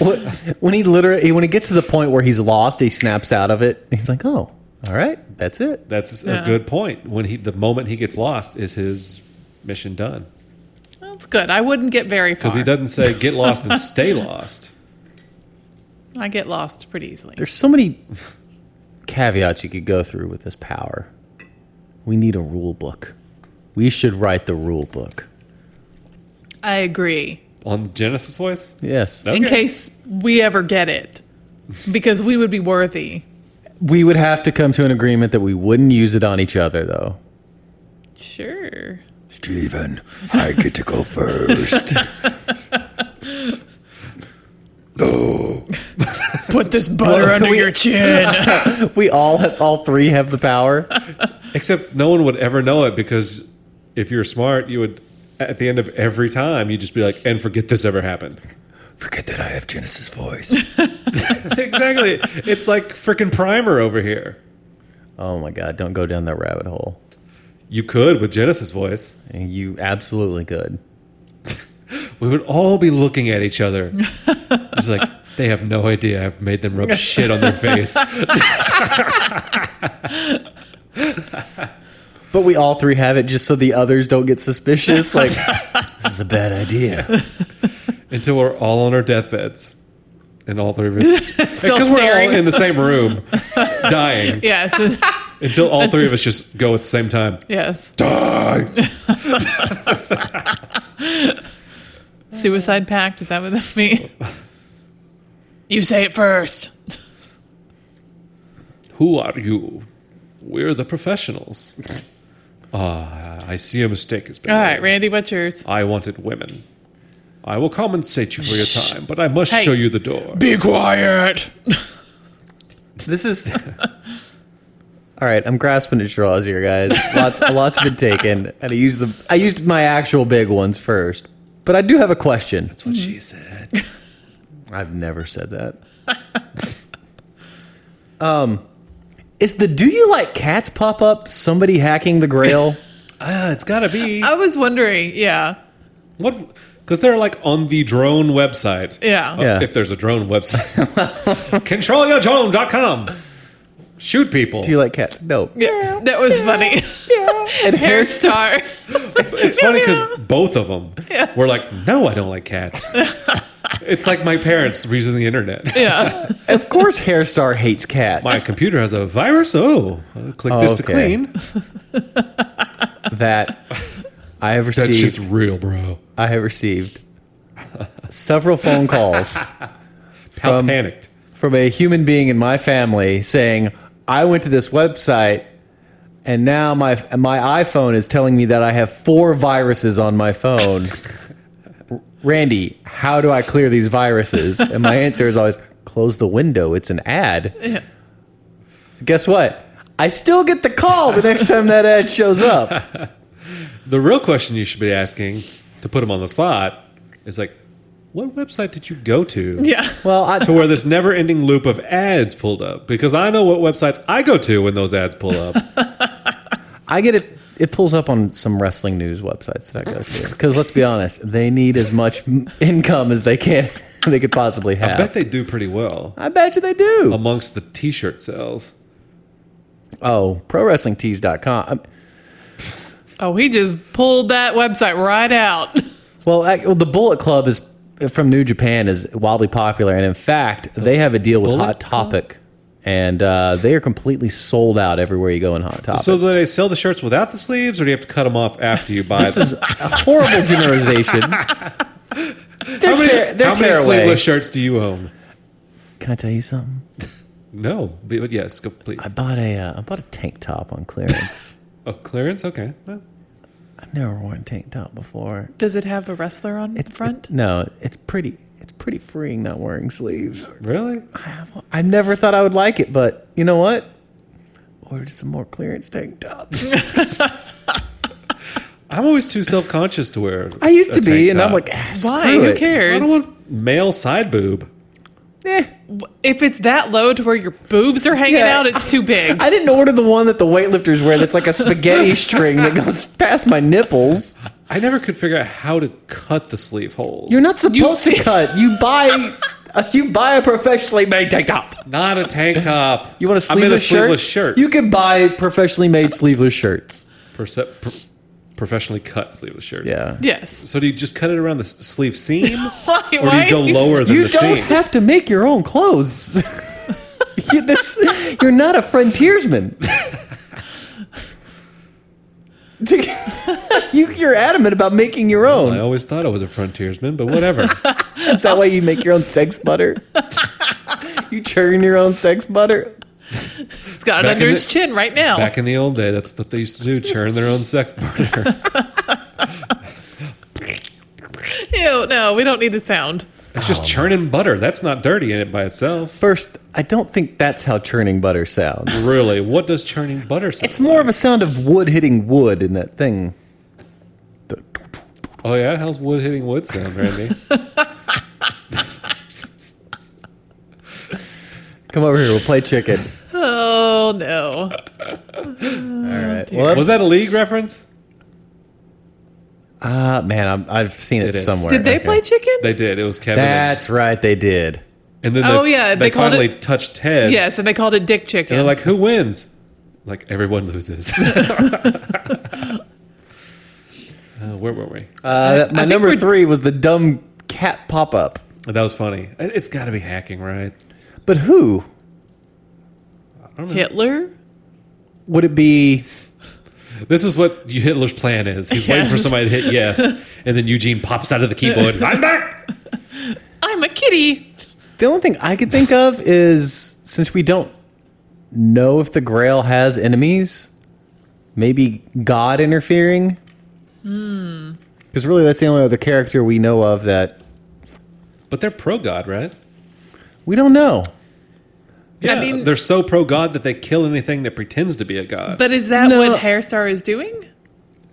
What- when he literally when he gets to the point where he's lost, he snaps out of it. He's like, "Oh, all right, that's it."
That's
Yeah.
a good point. When he, the moment he gets lost, is his mission done?
That's good. I wouldn't get very far.
Because he doesn't say "get lost" and "stay
(laughs)
lost."
I get lost pretty easily.
There's so many caveats you could go through with this power. We need a rule book. We should write the rule book.
I agree.
On the Genesis voice,
Yes.
Nope.
In
Okay.
case we ever get it, because we would be worthy.
We would have to come to an agreement that we wouldn't use it on each other, though.
Sure.
Steven, I get to go
(laughs)
first.
(laughs) Put this butter under your chin.
(laughs) we all have, all three have the power.
except no one would ever know it because if you're smart, you would. At the end of every time, you'd just be like, "And forget this ever
(laughs)
happened."
(laughs) Forget that I have Genesis (laughs) voice.
exactly. It's like freaking primer over here.
oh my god, don't go down that rabbit hole.
You could with Genesis voice.
You absolutely could.
we would all be looking at each
(laughs)
other. It's like they have no idea I've made them rub shit on their
(laughs)
face.
But we all three have it just so the others don't get suspicious. (laughs) Like, this is a bad idea.
until we're all on our deathbeds. And all three of us, (laughs)
Still
because we're all
staring.
in the same
(laughs)
room, dying
yes.
until all three of us just go at the same time.
Yes.
Die.
Suicide pact. Is that what that means? You say it first.
Who are you? We're the professionals. (laughs) Ah, I see a mistake has been
All
made.
right, Randy, what's yours?
I wanted women. I will compensate you for your time, but I must
Hey.
show you the door.
Be quiet.
This is. (laughs) All right, I'm grasping at straws here, guys. Lots, a lot's been taken, and I used the I used my actual big ones first. But I do have a question.
That's what
Mm.
she said.
I've never said that. um, (laughs) is the "Do you like cats?" pop up somebody hacking
(laughs)
the Grail?
Ah, it's got to
(laughs)
be.
I was wondering. Yeah.
What? Because they're like on the drone website.
Yeah.
Oh,
Yeah.
If there's a drone
(laughs)
website. ControlYourDrone.com. Shoot people.
Do you like cats? No.
Yeah, that was funny. (laughs)
And
Hair
here's
star. (laughs)
It's funny because both of them were like, no, I don't like
(laughs)
cats. it's like my parents using the internet.
Yeah.
of course, Hairstar hates cats.
My computer has a virus. Oh, I'll click
Oh,
this to
okay.
clean.
(laughs) that I have
That
received.
shit's real, bro.
I have received several phone calls
How
From-
panicked.
from a human being in my family saying, "I went to this website and now my my iPhone is telling me that I have four viruses on my phone." (laughs) R- Randy, how do I clear these viruses? And my answer is always close the window. It's an ad. Guess what? I still get the call the next time that ad shows up.
The real question you should be asking to put them on the spot is like, what website did you go to?
Yeah.
(laughs) Well, I,
to where this never ending loop of ads pulled up because I know what websites I go to when those ads pull
(laughs)
up.
I get it. It pulls up on some wrestling news websites that I go to because let's be honest, they need as much m- income as they can (laughs) they could possibly have.
I bet they do pretty well
I bet you they do.
amongst the t shirt sales.
oh, prowrestlingtees.com. Um,
Oh, he just pulled that website right out.
Well, I, well, the Bullet Club is from New Japan is wildly popular, and in fact, they have a deal with
Bullet
Hot
Club?
Topic, and uh, they are completely sold out everywhere you go in Hot Topic.
So do they sell the shirts without the sleeves or do you have to cut them off after you buy
this
them?
is a
(laughs)
horrible generalization. They're,
How many,
tear- they're
how many
tear away.
sleeveless shirts do you own?
Can I tell you something?
No, but but yes, go please.
I bought a uh, I bought a tank top on clearance. (laughs)
Oh, clearance? Okay. Well,
I've never worn a tank top before.
Does it have a wrestler on the
It's
(laughs)
it-
front?
no, it's pretty. It's pretty freeing not wearing sleeves.
Really?
I've, I never thought I would like it, but you know what? Ordered some more clearance tank
(laughs)
tops.
I'm always too self conscious to wear.
I used
a
to
tank
be, and I'm
top.
like, ah,
Why?
screw
Who
it.
I
cares?
don't want male side boob.
Eh.
If it's that low to where your boobs are hanging
Yeah.
out, it's too big.
I didn't order the one that the weightlifters wear. That's like
(laughs)
a spaghetti string that goes past my nipples.
I never could figure out how to cut the sleeve holes.
You're not supposed to cut. You buy, you buy a professionally made tank top.
Not a tank top.
(laughs) You want a
I'm in a
sleeveless,
sleeveless shirt.
You can buy professionally made sleeveless shirts.
Perse- pr- professionally cut sleeveless shirts.
Yeah.
(laughs) yes.
So do you just cut it around the s- sleeve
(laughs)
seam,
Why?
or do
why
you go
are you-
lower than
You
the
don't
seam?
have to make your own clothes. (laughs) You- this- you're not a frontiersman. (laughs) you, you're adamant about making your
I
own.
always thought I was a frontiersman, but
(laughs)
whatever.
Is that why you make your own
(laughs)
sex butter? you churn your own sex butter?
It's got it
Back
under
in
his
the-
chin right now.
Back in the old day, that's what they used to do: churn their own sex partner.
(laughs)
(laughs) Ew, no, we don't need the sound.
It's
Oh,
just churning butter. That's not dirty in it by itself.
First, I don't think that's how churning butter sounds.
Really, what does churning butter sound?
It's more of a sound of wood hitting wood in that thing. The-
Oh yeah, how's wood hitting wood sound, Randy?
Come over here, we'll play chicken.
Oh
All
no.
right.
dear.
Well,
was that a league reference?
uh, man, I'm, I've seen it,
It is.
somewhere.
Did they
Okay.
play chicken?
They did. It was Kevin. and-
That's right, they did.
and then
Oh,
they,
yeah,
they,
they called
finally
it-
touched heads.
yes, and they called it dick chicken.
And they're like, who wins? Like, everyone
(laughs)
loses. (laughs) Uh, where were we?
Uh, my
think
number
we're-
three was the dumb cat pop up.
That was funny. It- It's got to be hacking, right?
But who
Hitler?
would it be?
This is what you- Hitler's plan is. He's waiting for
Yes.
somebody to hit
(laughs)
yes, and then Eugene pops out of the keyboard. I'm back.
I'm a kitty.
The only thing I could think of is since we don't know if the Grail has enemies, maybe God interfering. Because really, that's the only other character we know of that
But they're pro God, right?
we don't know.
Yeah,
mean-
they're so pro God that they kill anything that pretends to be a God.
But is that
No.
what Hairstar is doing?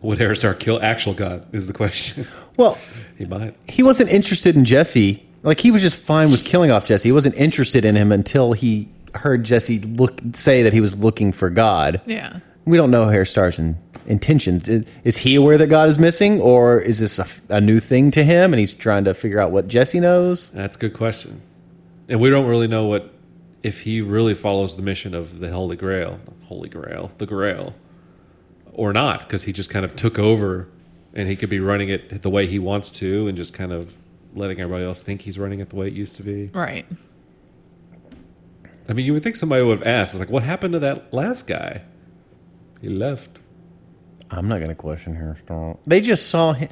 Would Aristar kill actual God? Is the question.
Well,
he might.
he wasn't interested in Jesse. Like he was just fine with killing off Jesse. He wasn't interested in him until he heard Jesse look say that he was looking for God.
Yeah.
We don't know Hairstar's in, intentions. I- Is, he aware that God is missing, or is this a, a new thing to him, and he's trying to figure out what Jesse knows?
That's a good question. And we don't really know what if he really follows the mission of the Holy Grail, Holy Grail, the Grail, or not, because he just kind of took over and he could be running it the way he wants to and just kind of letting everybody else think he's running it the way it used to be.
Right.
I mean, you would think somebody would have asked, like, what happened to that last guy? He left.
I'm not going to question Hairstar. They just saw him.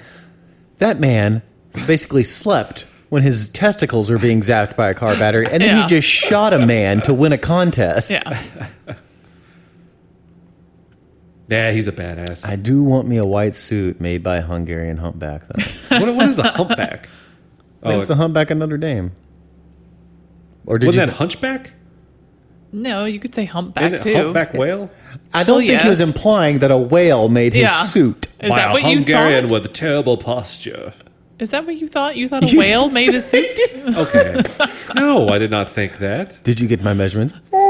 That man basically slept when his testicles were being zapped by a car battery, and then
Yeah.
he just shot a man to win a contest.
Yeah.
Yeah, he's a badass.
I do want me a white suit made by a Hungarian humpback, though.
what, what is a humpback? oh,
It's the humpback of Notre Dame. Or did you?
wasn't that hunchback?
No, you could say humpback
Isn't it
too.
humpback whale?
I don't
Oh,
think he was
yes.
implying that a whale made his
Yeah.
suit.
Is
By
that
a
what you
Hungarian
thought?
with a terrible posture.
Is that what you thought? You thought a whale made a suit? (laughs)
Okay. no, I did not think that.
Did you get my measurements?
When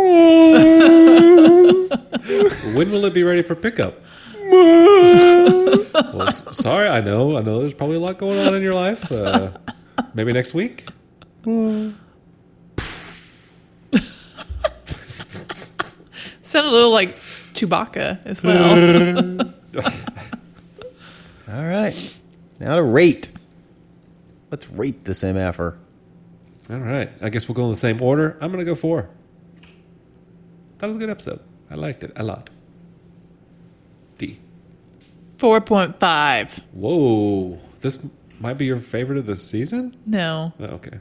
will it be ready for
(laughs)
pickup? well, s- sorry, I know, I know. There's probably a lot going on in your life. Uh, maybe next week.
Sound a little like Chewbacca as well.
All right. Now to rate. Let's rate this MFR.
All right. I guess we'll go in the same order. I'm gonna go four. That was a good episode. I liked it a lot. D.
Four point five.
Whoa, this m- might be your favorite of the season.
No.
Oh, okay.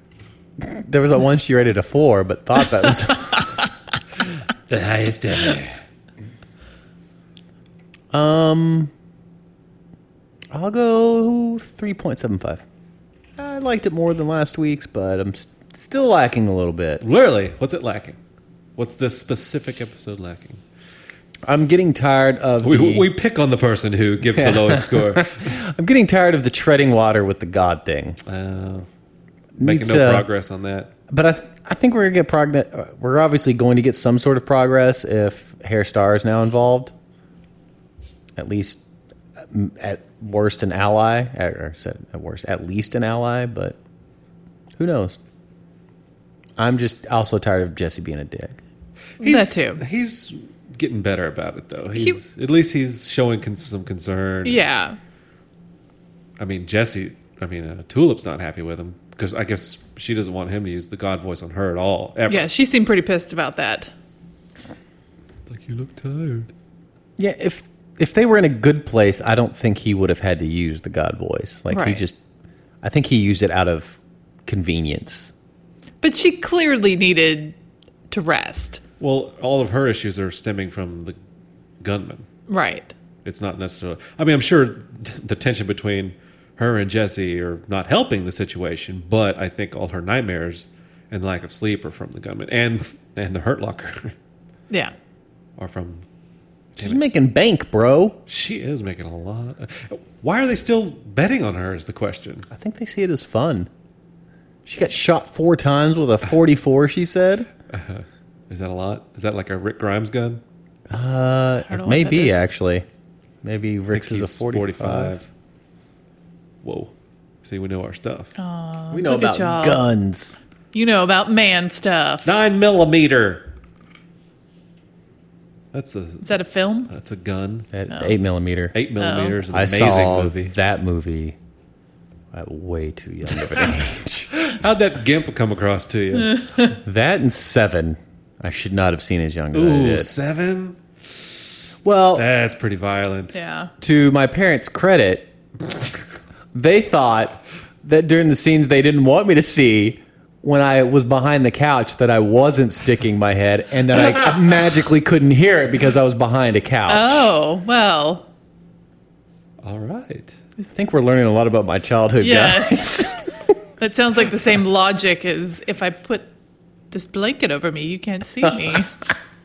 There was that one she rated a four, but thought that was.
(laughs) The highest ever.
um, I'll go 3.75. I liked it more than last week's, but I'm s- still lacking a little bit.
Literally, what's it lacking? What's this specific episode lacking?
I'm getting tired of
We,
the,
we pick on the person who gives the lowest (laughs) score.
I'm getting tired of the treading water with the God thing.
Uh, making
Needs
no
to-
progress on that.
But I, I think we're gonna get prog- uh, We're obviously going to get some sort of progress if Hairstar is now involved. At least, um, at worst, an ally. At, or said at worst, at least an ally. But who knows? I'm just also tired of Jesse being a dick.
He's,
too.
He's getting better about it, though. He's, at least he's showing con- some concern.
Yeah.
I mean, Jesse, I mean, uh, Tulip's not happy with him because I guess she doesn't want him to use the God voice on her at all. Ever.
Yeah, she seemed pretty pissed about that.
Like, you look tired.
Yeah, if if they were in a good place, I don't think he would have had to use the God voice. Like he
Right.
just, I think he used it out of convenience.
But she clearly needed to rest.
Well, all of her issues are stemming from the gunman.
Right.
It's not necessarily. I mean, I'm sure (laughs) the tension between her and Jesse are not helping the situation, but I think all her nightmares and lack of sleep are from the gunman and and the Hurt Locker (laughs)
Yeah.
are from.
She's making bank, bro.
She is making a lot. Why are they still betting on her? Is the question.
I think they see it as fun. She got shot four times with a 44, she said.
Is that a lot? Is that like a Rick Grimes gun?
Uh,
don't know
it
what
may
that
be,
is.
actually. Maybe Rick's is a
He's
45.
Whoa. See, we know our stuff.
We know
Look at
about
y'all.
guns.
You know about man stuff.
Nine millimeter. That's a
Is that a film?
that's a gun.
At 8 millimeter.
Eight millimeters. An
I
amazing
saw
movie.
that movie at way too young
(laughs)
of an age.
How'd that gimp come across to you?
that and Seven. I should not have seen as young as I
Ooh,
did.
seven.
Well,
That's pretty violent.
Yeah.
to my parents' credit, they thought that during the scenes they didn't want me to see when I was behind the couch that I wasn't sticking my head and that I
(laughs)
magically couldn't hear it because I was behind a couch.
Oh, well.
All right.
I think we're learning a lot about my childhood, guys.
Yes. that sounds like the same logic as if I put this blanket over me, you can't see me.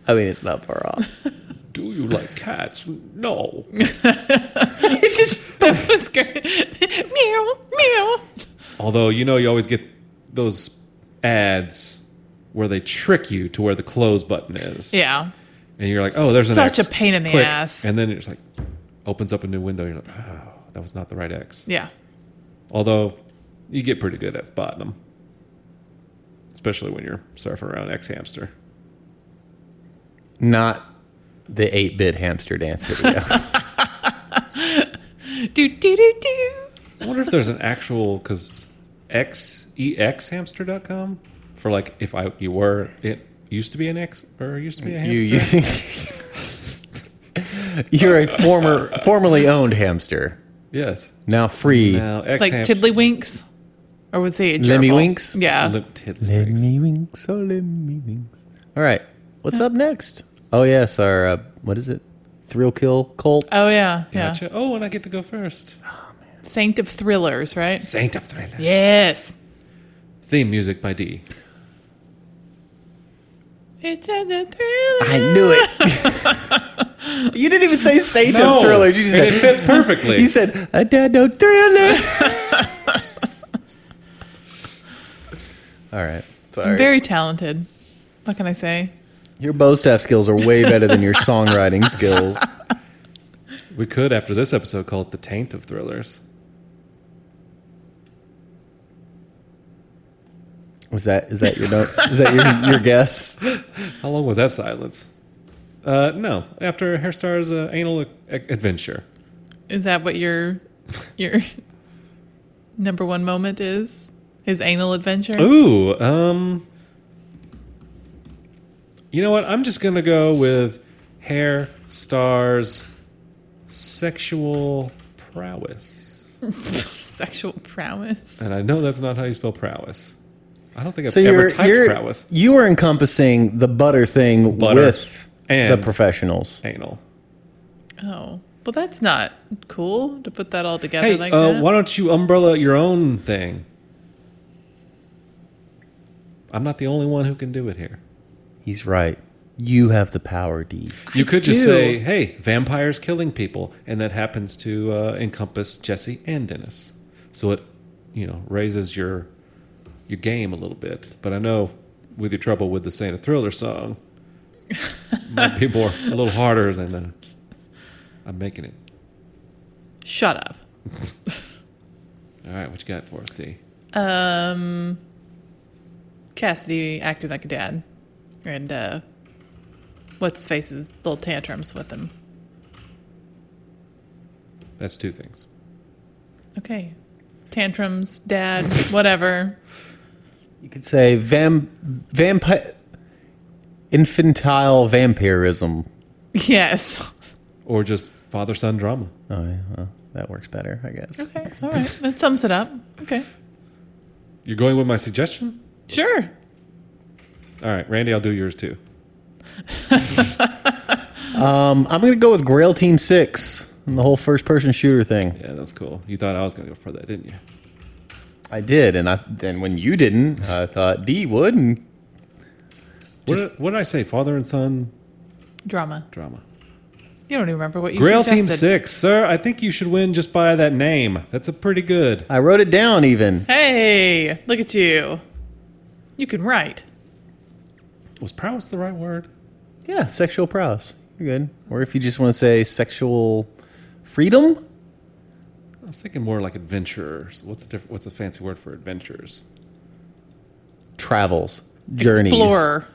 I mean, it's not far off.
Do you like cats? No.
(laughs) it just that was great. meow, meow.
Although you know you always get those ads where they trick you to where the close button is.
Yeah.
And you're like, oh, there's an
Such
X.
a pain in the
Click.
ass.
And then it's like, opens up a new window. And you're like, oh, that was not the right X.
Yeah.
Although, you get pretty good at spotting them, especially when you're surfing around X hamster.
Not the 8 bit hamster dance
(laughs)
video.
Do do do do.
I wonder if there's an actual because X exhamster.com for like if I you were it used to be an X or used to be a hamster.
you, you, (laughs) you're a former, formerly owned hamster, (laughs)
yes.
now free.
Now X
Like
hamster.
Tiddlywinks? Or was he a gerbil?
Lemminwinks?
Yeah.
Lip tiddly
Let
winks.
me winks, oh, let me winks. All right, what's up next? Oh yes, our uh, what is it? Thrill kill cult.
oh, yeah. Yeah.
Gotcha. Oh, and I get to go first.
Oh.
Saint of thrillers, right?
Saint of Thriller.
Yes.
Theme music by D.
It's a thriller.
I knew it. (laughs) you didn't even say Satan thrillers. You just
and it
said
fits perfectly.
(laughs) you said I dad no thriller. (laughs) All right, sorry.
I'm very talented. What can I say?
your bow staff skills are way better than your songwriting skills.
We could, after this episode, call it the taint of thrillers.
Was that is that your note? Is that your your guess?
How long was that silence? Uh, no, after Hairstar's uh, anal a- adventure.
Is that what your your number one moment is? His anal adventure?
Ooh, um, you know what? I'm just gonna go with Hairstar's sexual prowess,
Sexual prowess.
and I know that's not how you spell prowess. I don't think I've
So
ever
you're,
typed
you're
prowess
you are encompassing the butter thing
Butter
with
and-
the professionals.
anal.
Oh. Well, that's not cool to put that all together
Hey,
like
uh,
that.
why don't you umbrella your own thing? I'm not the only one who can do it here.
He's right. You have the power, D.
You could just
do.
say, "Hey, vampires killing people," and that happens to uh, encompass Jesse and Dennis. So it, you know, raises your your game a little bit. But I know with your trouble with the Santa Thriller song, might be more a little harder than uh, I'm making it.
Shut up.
All right, what you got for us, D?
Um, Cassidy acted like a dad, and uh, what's his face's little tantrums with him.
That's two things.
Okay, tantrums, (laughs) dad, whatever.
You could say vam vampire infantile vampirism.
Yes.
Or just father son drama.
Oh, yeah, well, that works better, I guess.
Okay. All right. That sums it up. Okay.
You're going with my suggestion?
Sure.
All right, Randy, I'll do yours too.
Um, I'm gonna go with Grail Team Six and the whole first-person shooter thing.
Yeah, that's cool. You thought I was going to go for that, didn't you?
I did, and I then when you didn't, I thought D would, and
What, what did I say? Father and son
Drama.
drama.
You don't even remember what you
Grail Team
suggested.
Six, sir. I think you should win just by that name. That's a pretty good.
I wrote it down. Even
Hey, look at you. You can write.
Was prowess the right word?
yeah, sexual prowess. You're good. Or if you just want to say sexual freedom,
I was thinking more like adventurers. What's a diff- what's a fancy word for adventurers?
travels, journeys,
Explorer.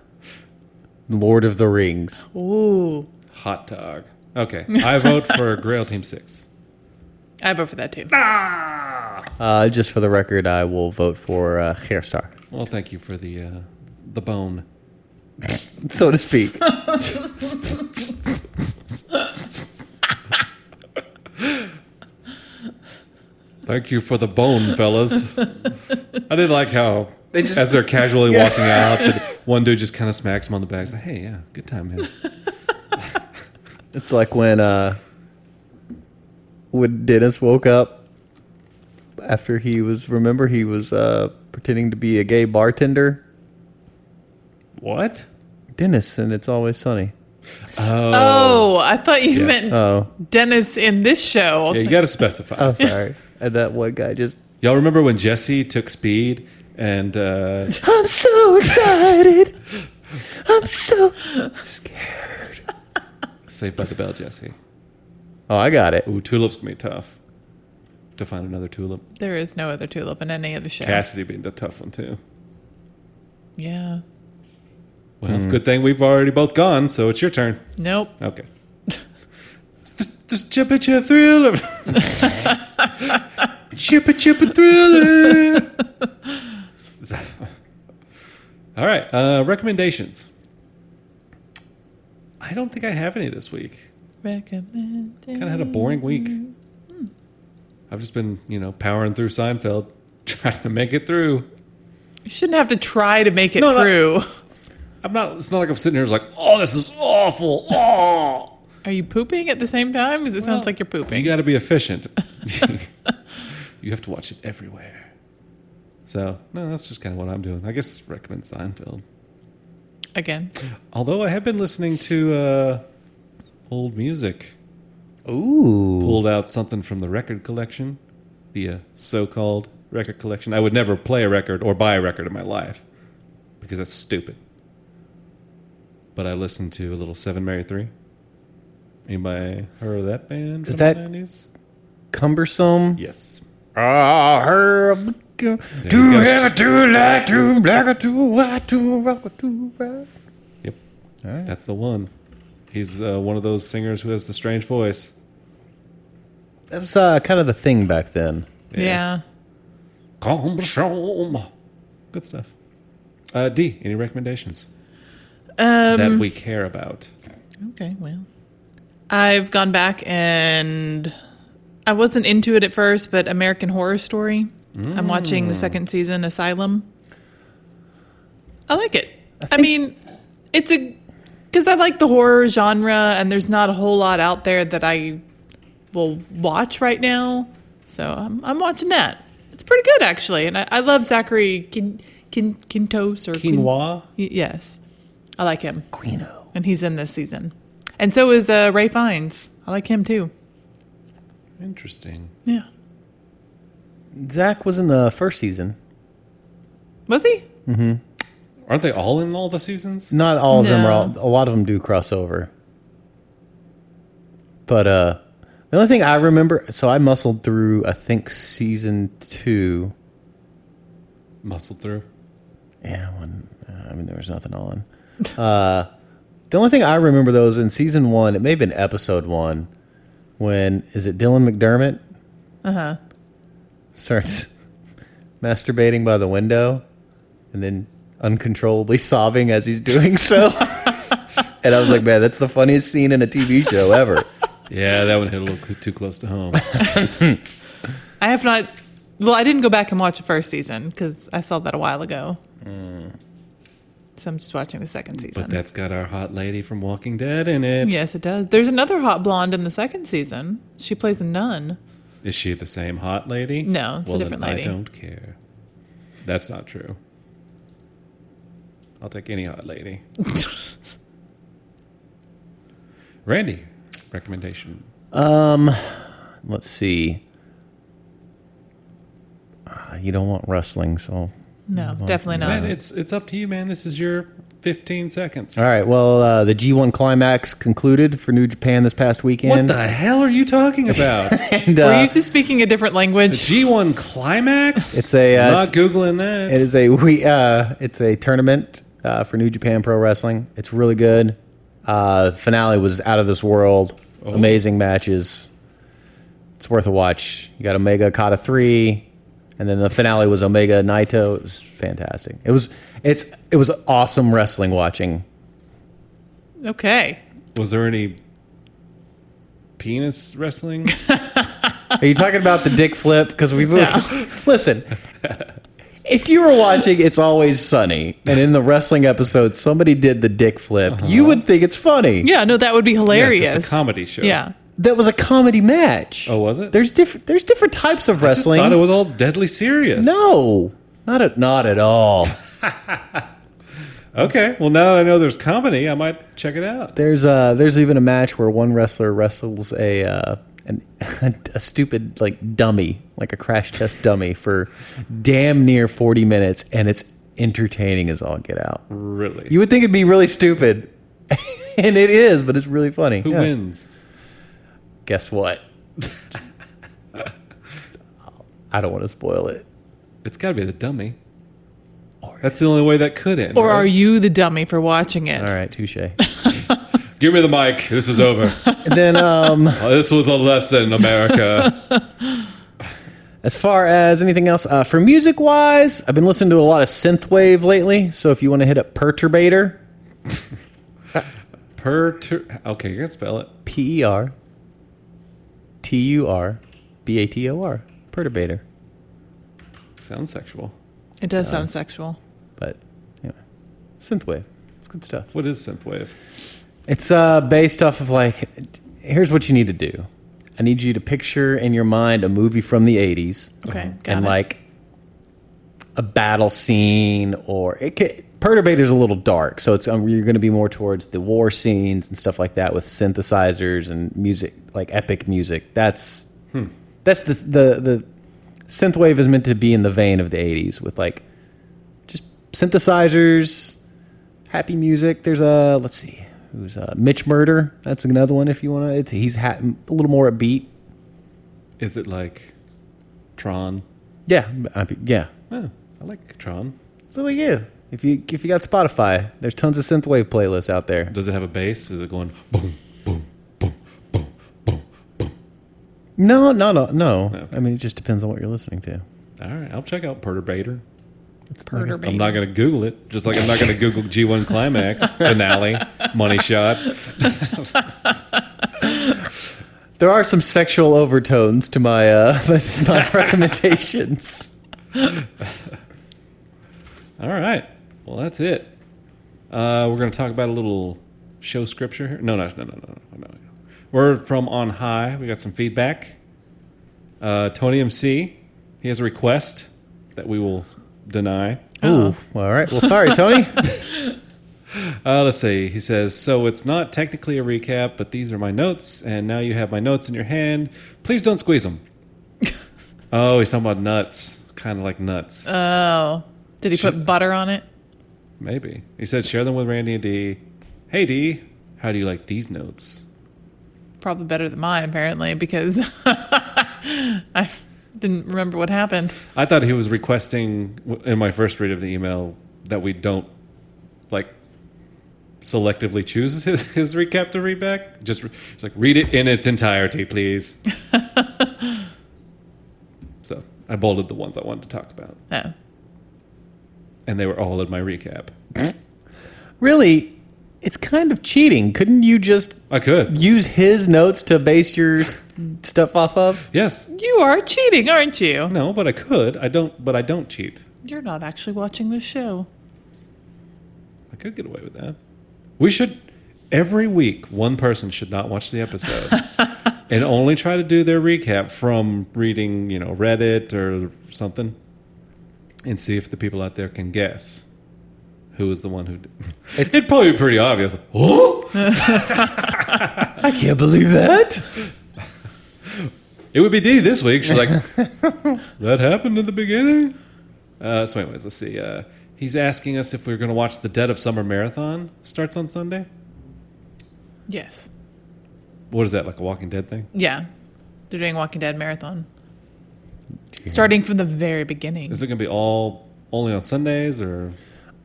Lord of the Rings.
Ooh.
Hot dog. Okay, I vote for Grail Team Six.
I vote for that too.
Uh, just for the record, I will vote for uh, Hairstar,
Well, thank you for the uh, the bone.
so to (laughs) speak.
Thank you for the bone, fellas. I did like how
They just-
as they're casually walking out, (laughs) that one dude just kind of smacks him on the back. He's like, "Hey, yeah, good time, man."
It's like when uh when Dennis woke up after he was remember he was uh pretending to be a gay bartender.
what?
Dennis and it's always (laughs) sunny.
Oh, I thought you
Yes.
meant
Oh,
Dennis in this show.
Yeah, you got to specify.
oh sorry. and that one guy just
Y'all remember when Jesse took speed and uh,
I'm so excited. I'm so
(laughs) Saved by the Bell, Jesse?
(laughs) Oh, I got it.
Ooh, tulips gonna be tough to find another tulip.
There is no other tulip in any other show.
Cassidy being the tough one too.
Yeah.
Well, good thing we've already both gone, so it's your turn.
Nope.
Mm. Okay. Just- Just chippa chip (laughs) thriller. chippa chippa thriller. (laughs) All right. Uh, recommendations. I don't think I have any this week.
Recommend.
Kind of had a boring week. I've just been, you know, powering through Seinfeld, (laughs) trying to make it through.
You shouldn't have to try to make it
No, no.
through.
I'm not. It's not like I'm sitting here like, oh, this is awful. Oh,
Are you pooping at the same time? Because it sounds like you're
you
pooping.
got to be efficient. (laughs) you have to watch it everywhere. So no, that's just kind of what I'm doing. I guess recommend Seinfeld.
Again.
Although I have been listening to uh, old music.
Ooh.
pulled out something from the record collection, the uh, so-called record collection. I would never play a record or buy a record in my life because that's stupid. But I listened to a little Seven Mary Three. Anybody heard of that band?
Is
from
that-
the 90s?
Cumbersome.
yes?
Ah, her too
goes.
heavy, too light, too black, too white, too rock, too rock.
Yep,
All right.
that's the one. He's uh, one of those singers who has the strange voice.
That was uh, kind of the thing back then.
Yeah.
Cumbersome. Good stuff. Uh, D, any recommendations
Uh,
that we care about?
Okay, well. I've gone back and I wasn't into it at first, but American Horror Story. I'm watching the second season, Asylum. I like it. I,
think-
mean, it's a because I like the horror genre, and there's not a whole lot out there that I will watch right now. So I'm, I'm watching that. It's pretty good actually, and I, I love Zachary Kin, Kin, Quintos or Quin-
Quinoa.
Y- yes, I like him,
Quino.
and he's in this season. And so is uh, Ray Fiennes. I like him too.
Interesting.
Yeah,
Zach was in the first season.
was he?
Aren't they all in all the seasons?
Not all of them are all,
No.
a lot of them do cross over. But uh the only thing I remember so I muscled through I think season 2.
Muscle through.
Yeah, when I mean there was nothing on. (laughs) Uh the only thing I remember though is in season 1, it may have been episode 1 when is it Dylan McDermott
Uh huh.
starts (laughs) masturbating by the window and then uncontrollably (laughs) sobbing as he's doing so. (laughs) and I was like, man, that's the funniest scene in a TV show ever. (laughs)
Yeah, that one hit a little cl- too close to
(laughs)
home.
I have not. Well, I didn't go back and watch the first season because I saw that a while ago. So I'm just watching the second season.
Mm. But that's got our hot lady from Walking Dead in it. Is
yes, it does. There's another hot blonde in the second season. She plays a nun.
she the same hot lady?
No, it's a
well,
different
then
lady.
I don't care. That's not true. I'll take any hot
(laughs)
lady. Randy, recommendation.
Um, let's see. Ah, You don't want wrestling, so. All
No, definitely
Man,
not.
it's it's up to you, man. This is your 15 seconds.
right. Well, uh, the G1 climax concluded for New Japan this past
What
weekend.
the hell are you talking
(laughs)
about?
And,
Were
uh,
you just speaking a different
The
language?
G1 Climax?
It's a, uh,
I'm not
it's-
googling that.
It is a we. Uh, it's a tournament uh, for New Japan Pro Wrestling. It's really good. Uh, finale was out of this world.
Oh.
Amazing matches. It's worth a watch. You got Omega Kata three, and then the finale was Omega Naito. It was fantastic. It was it's it was awesome wrestling watching.
Okay.
Was there any penis
(laughs)
wrestling?
Are you talking about the dick flip? Because we've (laughs) listen. If you were watching It's Always Sunny, and in the wrestling episode somebody did the dick flip,
Uh-huh.
you would think it's funny.
Yeah, no, that would be hilarious.
Yes, it's a comedy show.
Yeah.
that was a comedy match.
Oh, was it?
There's different. There's different types of
I just
wrestling.
thought it was all deadly serious.
no, not at not
(laughs)
at all.
Okay. Well, now that I know there's comedy, I might check it out.
There's uh there's even a match where one wrestler wrestles a uh, an, (laughs) a stupid like dummy, like a crash test dummy, for damn near 40 minutes, and it's entertaining as all get out.
Really?
You would think it'd be really stupid, (laughs) and it is, but it's really funny.
Who
Yeah.
wins?
Guess what? (laughs) I don't want to spoil it.
It's got to be the dummy.
Or-
That's the only way that could end.
Or are
right?
you the dummy for watching it?
All right, touche.
Give me the mic. This is
(laughs)
over.
And then um, (laughs)
Oh, this was a lesson, America.
as far as anything else uh, for music wise i've been listening to a lot of synthwave lately so if you want to hit up perturbator
per. Ter- okay, you can spell it.
p-e-r t-u-r-b-a-t-o-r perturbator
Sounds sexual.
It does
Uh,
sound sexual.
but anyway synthwave it's good stuff
What is synthwave?
It's uh, based off of like, here's what you need to do. I need you to picture in your mind a movie from the 80s.
Okay, got
and
it.
like a battle scene or it ca Perturbator's a little dark, so it's um, you're going to be more towards the war scenes and stuff like that with synthesizers and music, like epic music. That's that's the the the synthwave is meant to be in the vein of the 80s with like just synthesizers, happy music. There's a let's see, who's uh, Mitch Murder? That's another one. If you want to, it's he's ha- a little more upbeat.
Is it like Tron?
Yeah, I- yeah.
Oh, I like Tron.
So like yeah, if you if you got Spotify, there's tons of synthwave playlists out there.
Does it have a bass? Is it going boom, boom, boom, boom, boom, boom?
No, no, no, no.
Okay.
I mean, it just depends on what you're listening to.
All right, I'll check out Perturbator.
It's not gonna-
Perturbator.
I'm not going to Google it, just like I'm not going to Google (laughs) G1 Climax finale money shot.
There are some sexual overtones to my uh (laughs) my recommendations.
All right, well that's it. Uh, we're going to talk about a little show scripture here. No, no, no, no, no, no. no. We're from on high. We got some feedback. Uh, Tony MC, he has a request that we will deny.
Ooh, well, all right. Well, sorry, Tony.
Uh, let's see. He says, So it's not technically a recap, but these are my notes, and now you have my notes in your hand. Please don't squeeze them. oh, he's talking about nuts. Kind of like nuts.
Oh, did he put butter on it?
Maybe. He said, Share them with Randy and Dee. Hey, Dee, how do you like these notes?
Probably better than mine, apparently, because (laughs) I didn't remember what happened.
I thought he was requesting w- in my first read of the email that we don't like selectively choose his, (laughs) his recap to read back. Just re- it's like read it in its entirety, please. so I bolded the ones I wanted to talk about,
Oh.
and they were all in my recap.
(laughs) really, it's kind of cheating. Couldn't you just
I could,
use his notes to base your s- stuff off of?
yes,
You are cheating, aren't you?
no, but I could. I don't, but I don't cheat.
You're not actually watching this show.
I could get away with that. We should every week one person should not watch the episode and only try to do their recap from reading, you know, Reddit or something and see if the people out there can guess who was the one (laughs) who did. It's, It'd probably be pretty obvious. Huh?
I can't believe that.
It would be D this week. She's like, that happened in the beginning. Uh, so, anyways, let's see. Uh, he's asking us if we're going to watch the Dead of Summer Marathon. Starts on Sunday.
Yes.
What is that, like a Walking Dead thing?
Yeah. They're doing Walking Dead marathon. Starting from the very beginning.
Is it going to be all only on Sundays or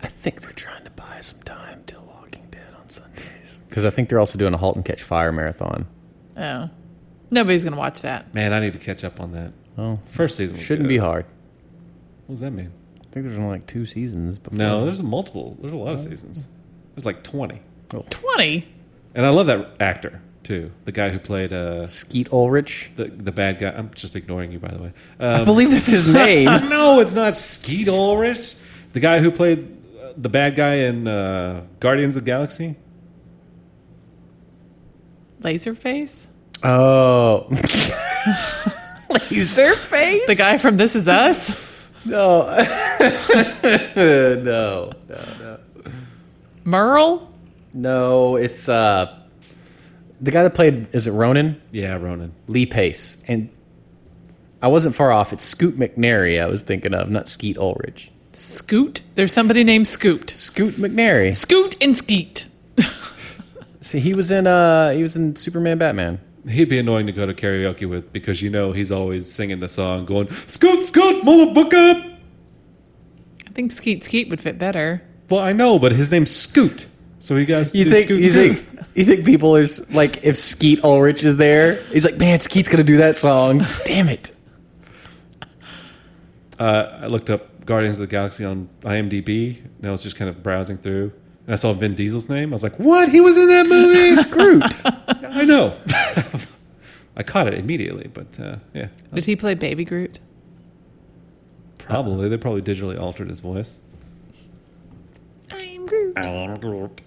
I think they're trying to buy some time till Walking Dead on Sundays. Because I think they're also doing a Halt and Catch Fire marathon.
Oh. Nobody's going to watch that.
man? I need to catch up on that.
Well,
First season was
shouldn't be
good.
hard.
What does that mean?
I think there's only like two seasons. Before.
No, there's multiple. There's a lot of seasons. There's like twenty,
20.
and I love that actor too. The guy who played uh,
Skeet Ulrich.
the the bad guy. I'm just ignoring you, by the way.
I
Um, (laughs)
believe that's his name.
no, it's not Skeet Ulrich. The guy who played uh, the bad guy in uh, Guardians of the Galaxy.
Laserface?
(laughs) oh,
Laserface? The guy from This Is Us?
no. no.
Merle?
No, it's uh, the guy that played, is it Ronan?
Yeah, Ronan.
Lee Pace. And I wasn't far off. It's Scoot McNary I was thinking of, not Skeet Ulrich.
Scoot? There's somebody named Scoot.
Scoot McNary.
Scoot and Skeet.
See, he was in uh, he was in Superman Batman.
He'd be annoying to go to karaoke with because you know he's always singing the song, going "Scoot, scoot, motherfucker."
I think Skeet Skeet would fit better.
Well, I know, but his name's Scoot. So he guys,
You
do
think
Scoot,
you
Scoot.
think you think people are s- like if Skeet Ulrich is there, he's like, man, Skeet's gonna do that (laughs) song. Damn it!
Uh, I looked up Guardians of the Galaxy on IMDb, and I was just kind of browsing through, and I saw Vin Diesel's name. I was like, "What? He was in that movie? It's
(laughs)
Groot." I know. (laughs) I caught it immediately, but uh, yeah,
Did he play Baby Groot?
probably they probably digitally altered his voice.
I am Groot.
I am Groot.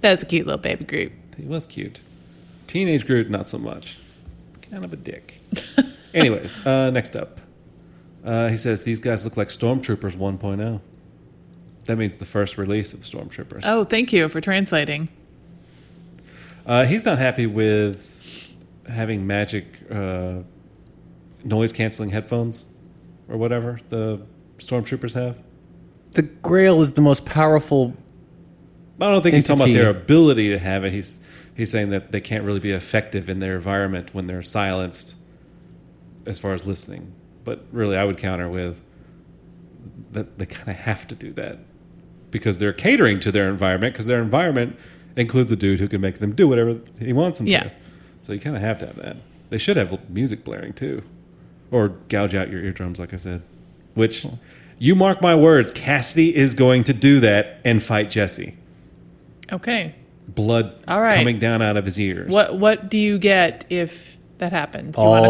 That was a cute little Baby Groot.
He was cute. Teenage Groot, not so much. Kind of a dick. Anyways, uh, next up. Uh, he says, These guys look like Stormtroopers 1.0. That means the first release of Stormtroopers.
Oh, thank you for translating.
Uh, he's not happy with having magic uh, noise canceling headphones or whatever the Stormtroopers have.
The Grail is the most powerful.
I don't think he's talking about
Entity.
their ability to have it. He's he's saying that they can't really be effective in their environment when they're silenced, as far as listening. But really, I would counter with that they kind of have to do that because they're catering to their environment because their environment includes a dude who can make them do whatever he wants them
Yeah.
to. So you kind of have to have that. They should have music blaring too, or gouge out your eardrums, like I said. Which, you mark my words, Cassidy is going to do that and fight Jesse
Okay.
blood
All right.
coming down out of his ears.
What What do you get if that happens? You want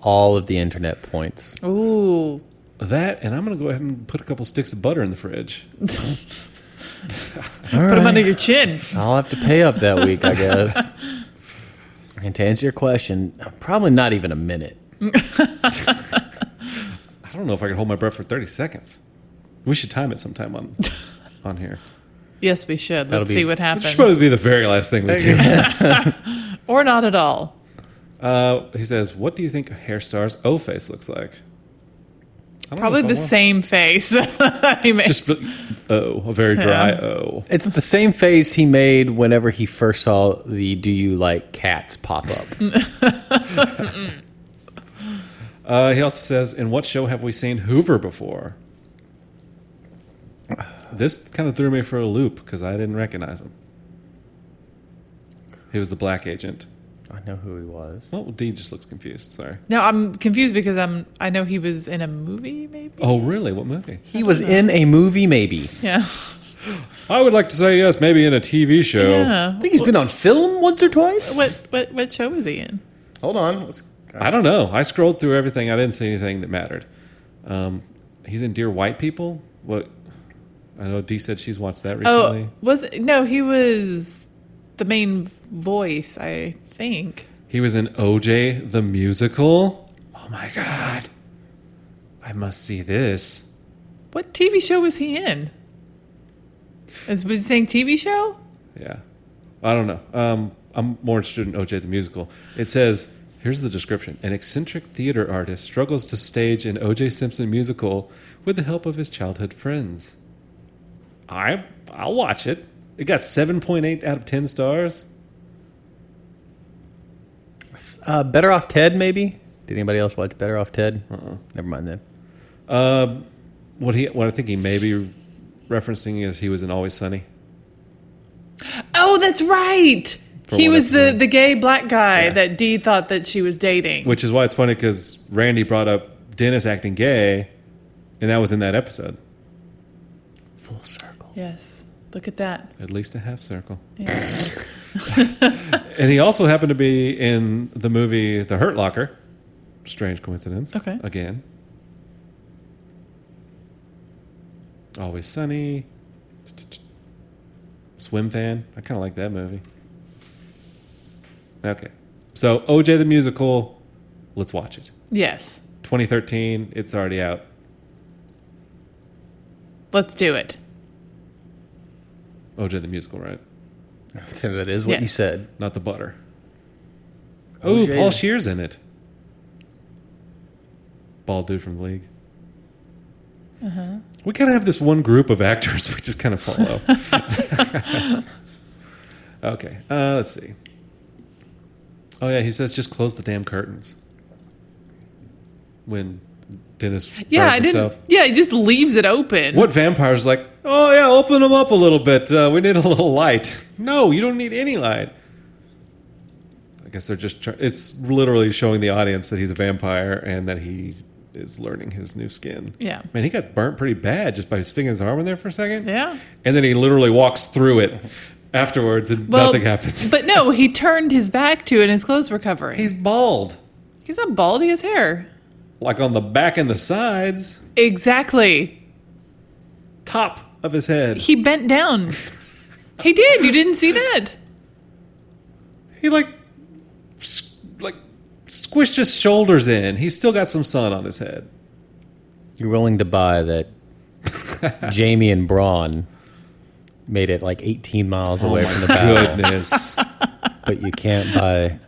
All all of the internet points.
a cookie? Ooh.
That, and I'm going to go ahead and put a couple sticks of butter in the fridge.
Put them under your chin.
(laughs) I'll have to pay up that week, I guess. And to answer your question, probably not even a minute.
I don't know if I can hold my breath for 30 seconds. We should time it sometime
(laughs)
on on here.
Yes, we should.
That'll
Let's
be-
see what
It should
happens.
probably be the very last thing we do.
Or not at all.
(laughs) Uh, he says, "What do you think Hairstar's O face looks like?" I don't know
Probably
if I
the
want-
same face. (laughs) I mean,
Just really- O, a
(laughs)
very dry O.
It's the same face he made whenever he first saw the "Do you like cats?" pop up.
Uh, he also says, "In what show have we seen Hoover before?" This kind of threw me for a loop because I didn't recognize him. He was the black agent.
(laughs) I know who he was.
Oh, D just looks confused. Sorry.
no, I'm confused because I'm. I know he was in a movie, maybe.
Oh, really? What movie?
He was in a movie, maybe.
Yeah.
I would like to say yes, maybe in a TV show.
yeah.
I think he's been on film once or twice.
What what what show was he in?
Hold on. Let's,
I don't know. I scrolled through everything. I didn't see anything that mattered. Um, he's in Dear White People. What? I know Dee said she's watched that recently.
Oh, was no, he was the main voice, I think.
He was in OJ the Musical. Oh my god! I must see this.
What TV show was he in? Is was he saying TV show?
Yeah. I don't know. Um, I'm more interested in OJ the Musical. It says here's the description: An eccentric theater artist struggles to stage an OJ Simpson musical with the help of his childhood friends. I I'll watch it. It got 7.8 out of 10 stars.
uh, Better Off Ted, maybe. Did anybody else watch Better Off Ted? Uh-uh. Never mind then.
Um, what he what I think he may be referencing is he was in Always Sunny.
Oh, that's right.
For
he
one
was the,
episode.
the gay black guy
Yeah.
that Dee thought that she was dating.
Which is why it's funny because Randy brought up Dennis acting gay, and that was in that episode.
Full circle.
yes. Look at that.
At least a half circle.
Yeah.
(laughs)
(laughs)
And he also happened to be in the movie The Hurt Locker. Strange coincidence.
Okay.
Again. Always Sunny. Swim Fan. I kind of like that movie. Okay. So, OJ the Musical. Let's watch it.
yes.
2013. It's already out.
Let's do it.
OJ the Musical, right?
(laughs) that is what he
Yes.
said.
Not the butter. Oh,
OJ.
Paul Shear's in it. Bald dude from the league.
Uh-huh.
We kind of have this one group of actors (laughs) we just kind of follow.
(laughs)
okay, uh, let's see. Oh yeah, he says just close the damn curtains. When Dennis burns
Yeah, I didn't.
himself.
Yeah, he just leaves it open.
What vampire's like, oh, yeah, open them up a little bit. Uh, we need a little light. (laughs) No, you don't need any light. I guess they're just, try- it's literally showing the audience that he's a vampire and that he is learning his new skin.
Yeah.
Man, he got burnt pretty bad just by sticking his arm in there for a second.
Yeah.
And then he literally walks through it (laughs) afterwards and nothing happens.
but no, he turned his back to it and his clothes were covering.
(laughs)
He's,
he's bald,
not bald, he has hair.
like on the back and the sides,
Exactly.
top of his head.
He bent down. he did. You didn't see that.
he like s- like squished his shoulders in. He's still got some sun on his head.
You're willing to buy that Jamie and Braun made it like 18 miles (laughs)
Oh
away from the battle, (laughs)
Goodness.
but you can't buy.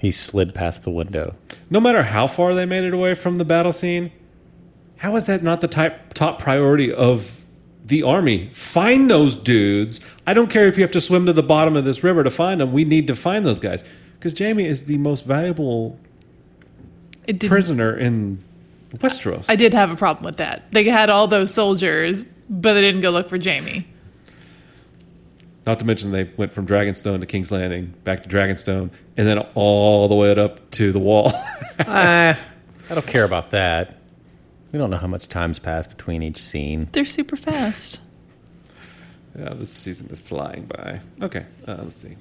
He slid past the window.
no matter how far they made it away from the battle scene, how is that not the type, top priority of the army? Find those dudes. I don't care if you have to swim to the bottom of this river to find them. We need to find those guys because Jamie is the most valuable
It did.
prisoner in Westeros.
I did have a problem with that. They had all those soldiers, but they didn't go look for Jamie.
Not to mention they went from Dragonstone to King's Landing, back to Dragonstone, and then all the way up to the wall. (laughs)
Ah, I don't care about that. We don't know how much time's passed between each scene.
They're super fast.
Yeah, this season is flying by. Okay, uh, let's see.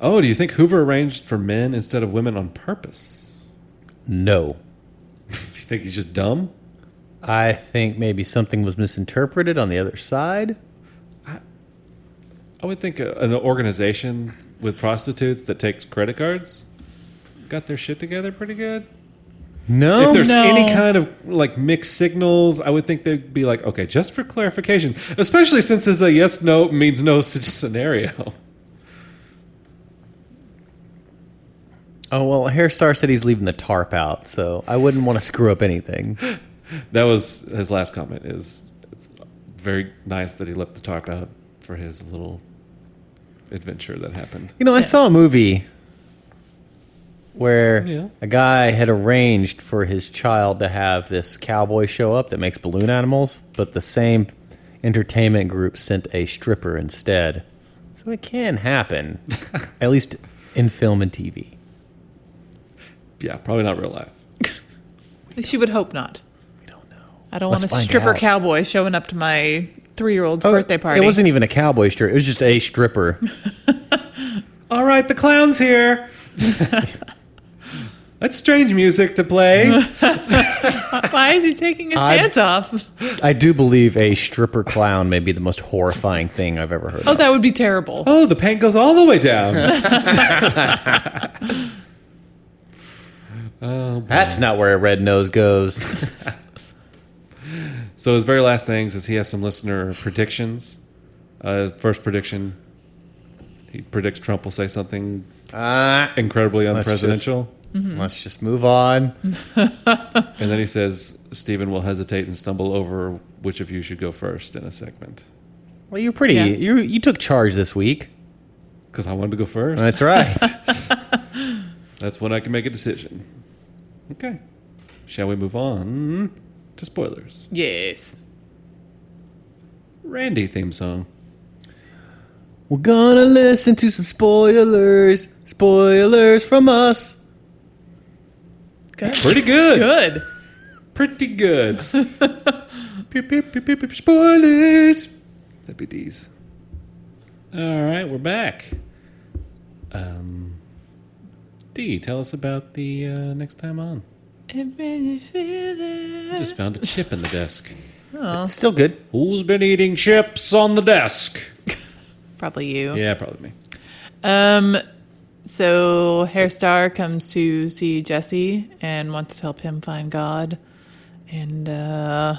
Oh, do you think Hoover arranged for men instead of women on purpose?
No.
you think he's just dumb?
I think maybe something was misinterpreted on the other side.
I would think a, an organization with prostitutes that takes credit cards got their shit together pretty good.
Oh, No,
if there's
no.
any kind of like mixed signals, I would think they'd be like, okay, just for clarification, especially since it's a yes no means no (laughs) s- scenario.
Oh well, Hairstar said he's leaving the tarp out, so I wouldn't want to screw up anything.
That was his last comment. Is it's very nice that he left the tarp out for his little adventure that happened.
You know, I saw a movie where
Yeah.
a guy had arranged for his child to have this cowboy show up that makes balloon animals, but the same entertainment group sent a stripper instead. So it can happen, at least in film and TV.
Yeah, probably not real life.
She would hope not.
We don't know.
I don't
Let's
want a
find
stripper
out.
cowboy showing up to my three-year-old's Oh, birthday party.
Oh, It wasn't even a cowboy stripper. It was just a stripper.
All right, the clown's here. That's strange music to play.
(laughs) Why is he taking his
I-
pants off?
I do believe a stripper clown may be the most horrifying thing I've ever heard.
Oh, that would be terrible.
Oh, the paint goes all the way down.
That's not where a red nose (laughs) goes.
so his very last things is he has some listener predictions. Uh, first prediction, he predicts Trump will say something
Ah.
incredibly
Let's just-
unpresidential,
Mm-hmm.
Let's just move on.
and then he says Stephen will hesitate and stumble over which of you should go first in a segment
Well, you're pretty.
Yeah.
You you took charge this week.
because I wanted to go first.
That's right.
That's when I can make a decision. Okay, shall we move on to spoilers?
Yes.
Randy theme song.
(laughs) We're gonna listen to some spoilers. Spoilers from us.
Good.
Pretty good.
Good.
Pretty good. (laughs) Pew, pew, pew, pew, pew, spoilers. That'd be these. All right, we're back. Um, D, tell us about the uh, next time on.
And when you feel it-
Just found a chip in the desk.
Oh.
It's still good.
Who's been eating chips on the desk?
Probably you.
Yeah, probably me.
Um, so Hairstar comes to see Jesse and wants to help him find God, and uh,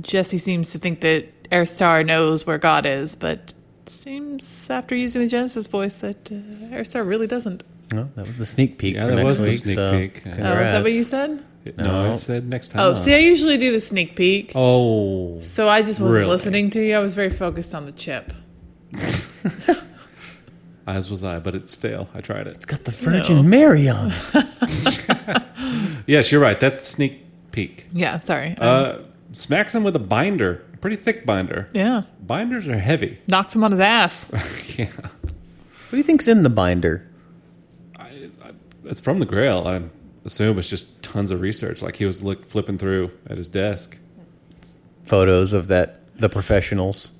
Jesse seems to think that Airstar knows where God is, but seems after using the Genesis voice that uh, Airstar really doesn't.
No, that was the sneak peek.
Yeah,
for
that
next
was the
week,
sneak
so
peek. Oh, is that
Oh, is that
congrats.
what you said?
No, I
No.
said next time.
Oh,
on.
see, I usually do the sneak peek,
Oh,
so I just wasn't
Really?
listening to you. I was very focused on the chip.
as was I, but it's stale. I tried it.
It's got the Virgin Mary on
(laughs)
it.
Yes, you're right. That's the sneak peek.
Yeah, sorry. Um,
Uh, smacks him with a binder, a pretty thick binder.
yeah,
Binders are heavy.
knocks him on his
(laughs)
ass.
yeah.
What do you think's in the binder?
It's from the Grail. I assume it's just tons of research. Like he was look, flipping through at his desk.
Photos of that the professionals.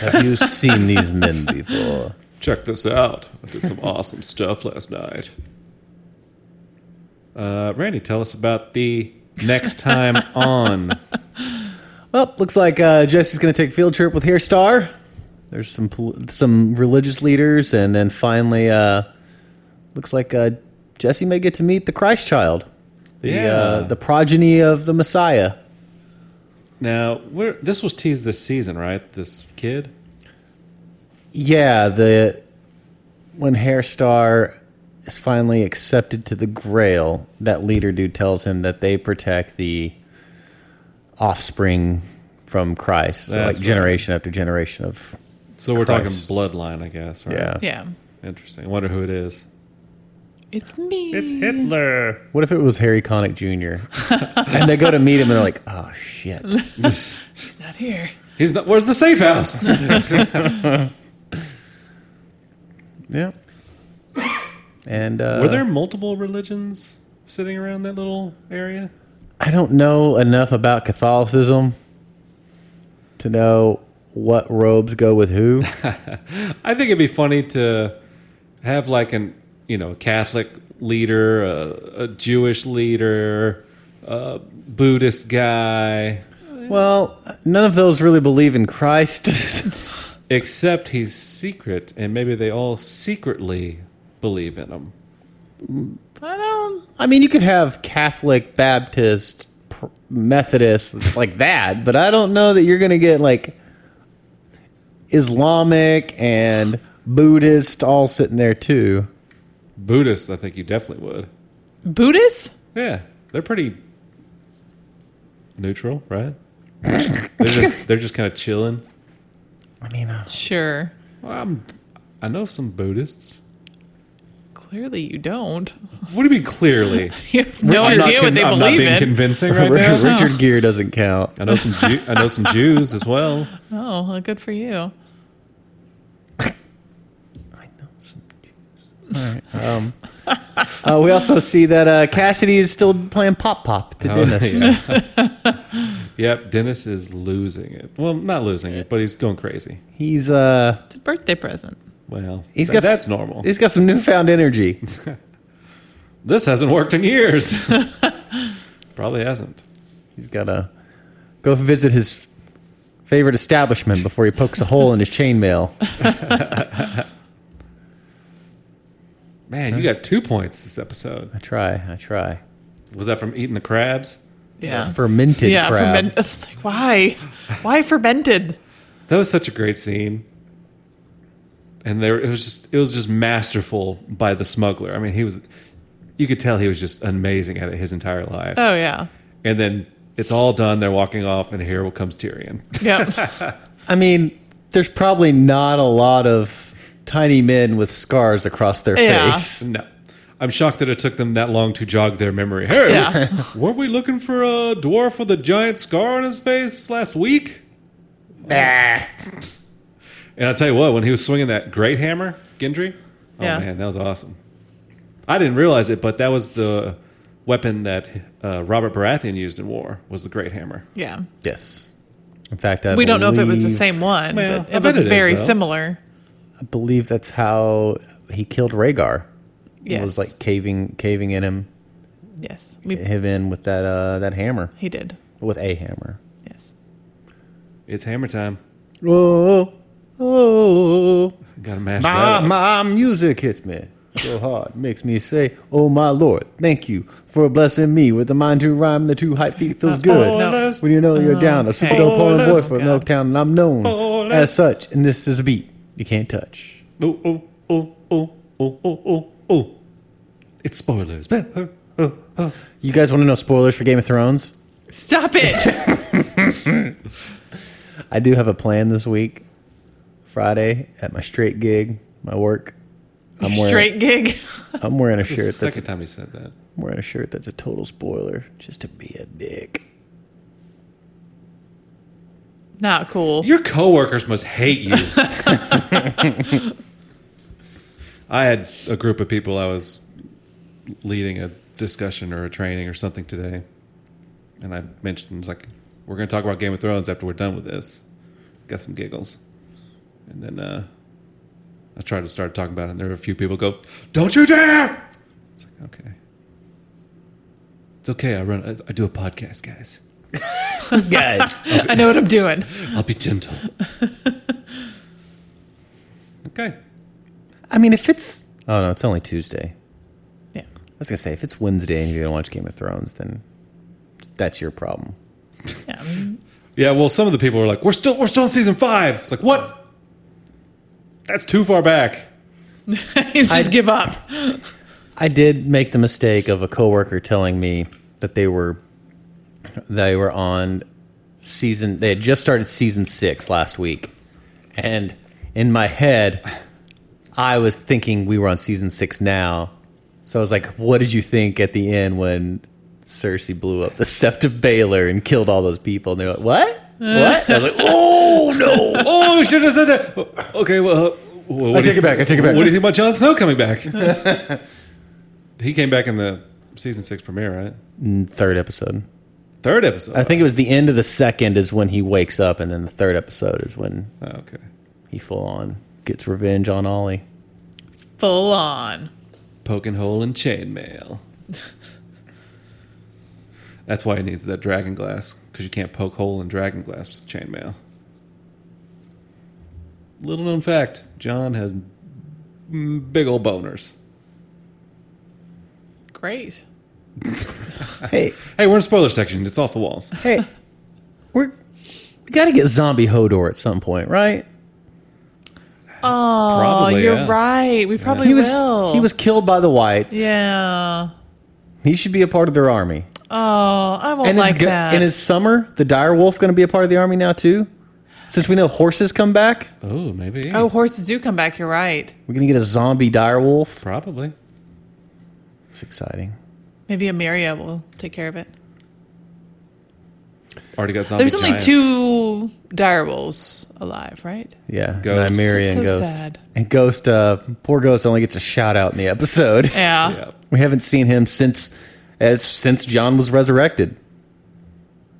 Have you seen these men before?
Check this out. I did some awesome stuff last night. Uh, Randy, tell us about the next time on.
Well, looks like uh, Jesse's going to take a field trip with Hairstar. There's some pol- some religious leaders, and then finally, uh, looks like uh, Jesse may get to meet the Christ Child, the uh,
Yeah.
the progeny of the Messiah.
Now, we're, this was teased this season, right? This kid?
Yeah, the when Hairstar is finally accepted to the Grail, that leader dude tells him that they protect the offspring from Christ, so,
That's
like generation after generation of
So we're
Christ.
talking bloodline, I guess, right?
yeah.
Yeah,
Interesting. I wonder who it is.
it's me.
Hitler.
What if it was Harry Connick Jr. and they go to meet him and they're like, "Oh shit!"
He's not here.
He's not. Where's the safe house?
Yeah. And uh,
Were there multiple religions sitting around that little area?
I don't know enough about Catholicism to know what robes go with who.
I think it'd be funny to have like an you know Catholic leader, a, a Jewish leader, a Buddhist guy.
well, none of those really believe in Christ. (laughs)
Except he's secret, and maybe they all secretly believe in him.
I don't. I mean, you could have Catholic, Baptist, pr- Methodist, like that, but I don't know that you're going to get like Islamic and Buddhist all sitting there too.
Buddhists, I think you definitely would.
Buddhists?
Yeah, they're pretty neutral, right? they're just, they're just kind of chilling.
I mean, uh,
Sure.
Well, I'm, I know some Buddhists.
(laughs) Clearly, you don't. (laughs)
What do you mean clearly?
You have no
I'm not
idea what
con-
they
I'm not
believe
being
(laughs)
in.
convincing right
Richard,
now.
Richard Gere doesn't count.
I know some Jew- I know some Jews as well.
oh, well, good for you.
I know some All right. Um, uh, we also see that uh, Cassidy is still playing pop pop to
Oh,
(laughs) Dennis.
yeah. (laughs) yep, Dennis is losing it. Well, not losing it, but he's going crazy.
He's uh,
It's a birthday present.
Well,
he's
th-
got
that's normal.
He's got some newfound energy.
This hasn't worked in
(laughs)
years. Probably hasn't.
He's got to go visit his favorite establishment before he pokes a hole in his chainmail.
Man, you got two points this episode.
I try. I try.
Was that from eating the crabs?
Yeah.
Fermented
yeah,
crab.
fermented. (laughs) It's like, why? Why fermented?
That was such a great scene. And there, it was just it was just masterful by the smuggler. I mean, he was you could tell he was just amazing at it his entire life.
Oh, yeah.
And then it's all done. They're walking off, and here comes Tyrion. (laughs)
Yep.
I mean, there's probably not a lot of tiny men with scars across their
Yeah.
face.
no, I'm shocked that it took them that long to jog their memory. Hey,
Yeah.
(laughs) weren't we looking for a dwarf with a giant scar on his face last week? And I tell you what, when he was swinging that great hammer, Gendry, oh
Yeah.
man, that was awesome. I didn't realize it, but that was the weapon that uh, Robert Baratheon used in war was the great hammer.
yeah.
Yes. In fact, I
We don't know if it was the
believe-
same one,
Well,
but
I bet
it looked
it is,
very
though.
similar.
I believe that's how he killed Rhaegar. It
Yes.
was like caving, caving in him,
yes.
eh.
We,
him in with that uh, that hammer,
he did.
with a hammer.
Yes.
It's hammer time.
Oh, oh,
Got to mash that.
my
up.
my music hits me so hard, makes me say, "Oh my Lord, thank you for blessing me with the mind to rhyme." The two high feet feels good.
Spoilers.
When you know you're down, a super dope pouring boy
Ballers.
from
God.
Milktown, and I'm known
Ballers.
as such. And this is a beat you can't touch.
Oh, oh, oh, oh, oh, oh, oh, oh. It's spoilers.
You guys want to know spoilers for Game of Thrones?
Stop it.
(laughs)
I do have a plan this week. Friday at my straight gig, my work.
(laughs)
I'm wearing,
Straight gig.
I'm wearing a
This is the
shirt that's
second time he said that.
I'm wearing a shirt that's a total spoiler just to be a dick.
Not cool.
Your coworkers must hate you. (laughs) I had a group of people I was leading a discussion or a training or something today, and I mentioned it's like we're going to talk about Game of Thrones after we're done with this. Got some giggles, and then uh, I tried to start talking about it, and there were a few people go, "Don't you dare!" It's like okay, it's okay. I run. I- I do a podcast, guys.
Guys,
I know what I'm doing.
I'll be gentle. (laughs) okay.
I mean, if it's oh no, it's only Tuesday.
Yeah.
I was gonna say if it's Wednesday and you don't watch Game of Thrones, then that's your problem.
(laughs)
yeah. I mean,
Yeah, well, some of the people were like, "We're still, we're still in season five. It's like, what? That's too far back.
just give up.
I did make the mistake of a coworker telling me that they were they were on season they had just started season 6 last week. And in my head I was thinking we were on season 6 now. So I was like, what did you think at the end when Cersei blew up the Sept of Baylor and killed all those people? And they were like, what? What? I was like, oh no.
Oh, we shouldn't have said that. Okay, well, uh, well what
I
do
take
you-
it back. I take it back.
What do you think about Jon Snow coming
(laughs)
back? he came back in the season six premiere, right?
Third episode.
Third episode.
I think it was the end of the second is when he wakes up, and then the third episode is when
Oh, okay.
He full on gets revenge on Ollie.
Full on.
Poking hole in chainmail. That's why he needs that dragon glass because you can't poke hole in dragon glass with chainmail. Little known fact: John has mm, big old boners.
Great.
Hey,
Hey, we're in spoiler section. It's off the walls.
hey, (laughs) we're we got to get zombie Hodor at some point, right?
Oh,
Probably,
you're
yeah.
right. We probably
He was
will.
he was killed by the whites.
Yeah.
he should be a part of their army.
Oh, I won't
And is
like
go-
that.
and is Summer the dire wolf going to be a part of the army now too? Since we know horses come back,
Oh, maybe.
oh, horses do come back. You're right.
we're going to get a zombie dire wolf.
probably.
It's exciting.
Maybe Amiria will take care of it.
Already got zombie.
There's only
giants.
two direwolves alive, right?
Yeah,
Ghost.
Nymeria and
So
Ghost.
sad.
And Ghost, uh, poor Ghost only gets a shout out in the
(laughs)
episode.
Yeah.
Yeah.
We haven't seen him since as since John was resurrected.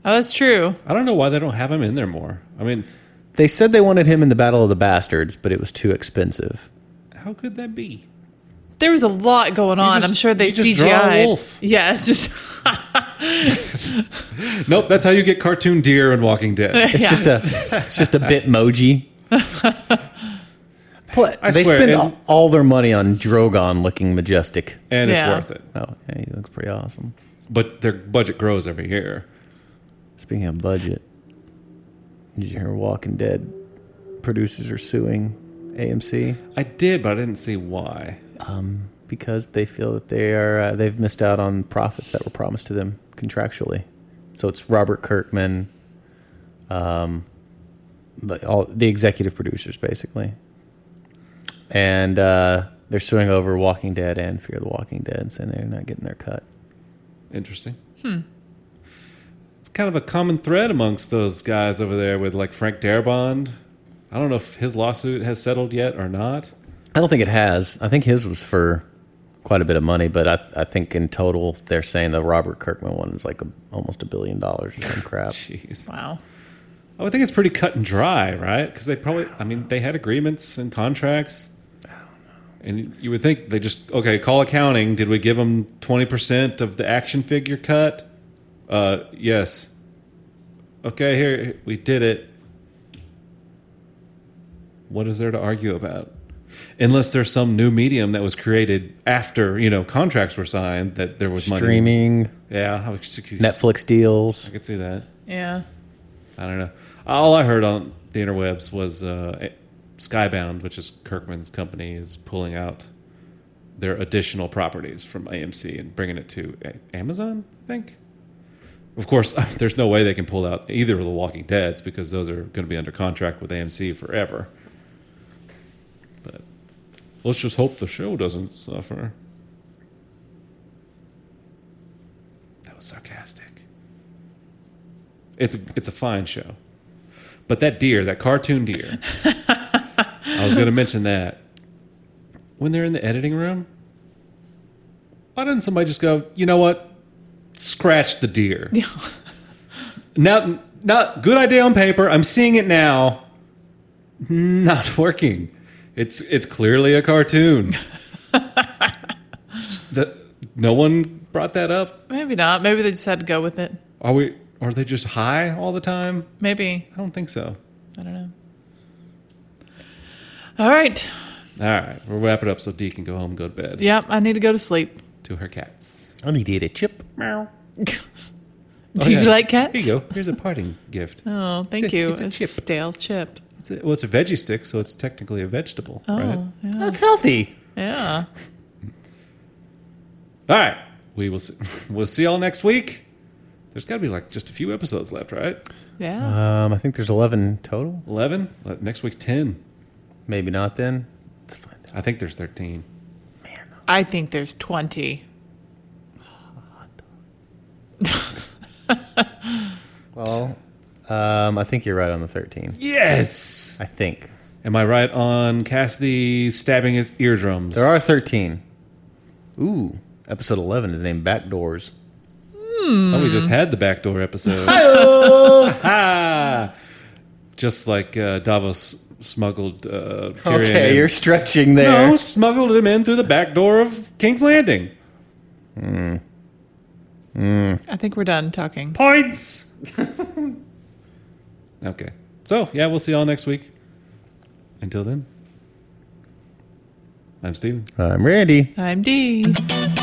Oh, that's true.
I don't know why they don't have him in there more. I mean,
They said they wanted him in the Battle of the Bastards, but it was too expensive.
how could that be?
There was a lot going on.
just-
I'm sure they
you just
CGI.
draw a wolf.
Yeah, it's just (laughs)
Nope, that's how you get cartoon deer and Walking
(laughs)
Dead.
It's
Yeah.
just a it's just
(laughs)
a bitmoji. Pl-
I
they
swear,
spend
and-
all, all their money on Drogon looking majestic.
and
Yeah.
it's worth it.
Oh, yeah, he looks pretty awesome.
But their budget grows every year.
Speaking of budget, did you hear Walking Dead producers are suing AMC?
I did, but I didn't see why.
because they feel that they are uh, they've missed out on profits that were promised to them contractually. So it's Robert Kirkman, um, but all the executive producers basically, and uh, they're suing over Walking Dead and Fear the Walking Dead, saying they're not getting their cut.
Interesting. Hmm. It's kind of a common thread amongst those guys over there with like Frank Darabond. I don't know if his lawsuit has settled yet or not.
I don't think it has. I think his was for quite a bit of money, but I, I think in total they're saying the Robert Kirkman one is like a, almost a billion dollars or
(laughs)
some crap.
Jeez.
wow.
I would think it's pretty cut and dry, right? Because they probably, I mean, they had agreements and contracts. And you would think they just, okay, call accounting. Did we give them 20% of the action figure cut? Uh, yes. Okay, here, we did it. What is there to argue about? Unless there's some new medium that was created after, you know, contracts were signed that there was money.
Streaming,
Yeah, I could-
Netflix deals.
I could see that.
Yeah.
I don't know. All I heard on the interwebs was uh, Skybound, which is Kirkman's company, is pulling out their additional properties from AMC and bringing it to A- Amazon. I think. Of course, (laughs) there's no way they can pull out either of the Walking Dead's because those are going to be under contract with AMC forever. But let's just hope the show doesn't suffer. That was sarcastic. It's a, it's a fine show. But that deer, that cartoon deer, I was going to mention that. When they're in the editing room, why doesn't somebody just go, you know what? Scratch the deer.
Yeah.
Now, not good idea on paper. I'm seeing it now. Not (laughs) working. It's it's clearly a cartoon. the, no one brought that up.
Maybe not. Maybe they just had to go with it.
Are we? Are they just high all the time?
Maybe.
I don't think so.
I don't know. All right.
All right, we'll wrap it up so Dee can go home and go to bed
Yep, I need to go to sleep.
to her cats.
I need to eat a chip.
Meow.
Do you like cats?
Oh, Here you go. Here's a
(laughs)
parting gift.
Oh, thank
It's a-
you.
it's a chip.
stale chip.
It's a, well, it's a veggie stick, so it's technically a vegetable,
Oh,
right? All
yeah.
That's healthy.
yeah.
right. We will see, (laughs) we'll see y'all next week. There's got to be like just a few episodes left, right?
Yeah.
Um, I think there's 11 total.
11? Uh, Next week's 10.
Maybe not then. Let's find out.
I think there's 13.
I think there's 20.
Well, um, I think you're right on the 13.
Yes!
I think.
Am I right on Cassidy stabbing his eardrums?
There are 13. Ooh, episode 11 is named Backdoors.
Oh, we just had the backdoor episode. (laughs) Ha! just like uh, Davos smuggled uh, Tyrion.
Okay,
in.
you're stretching there.
no, smuggled him in through the back door of King's Landing.
I think we're done
(laughs)
talking.
Points. okay, so yeah, we'll see y'all next week. Until then, I'm Steven.
I'm Randy.
I'm Dee.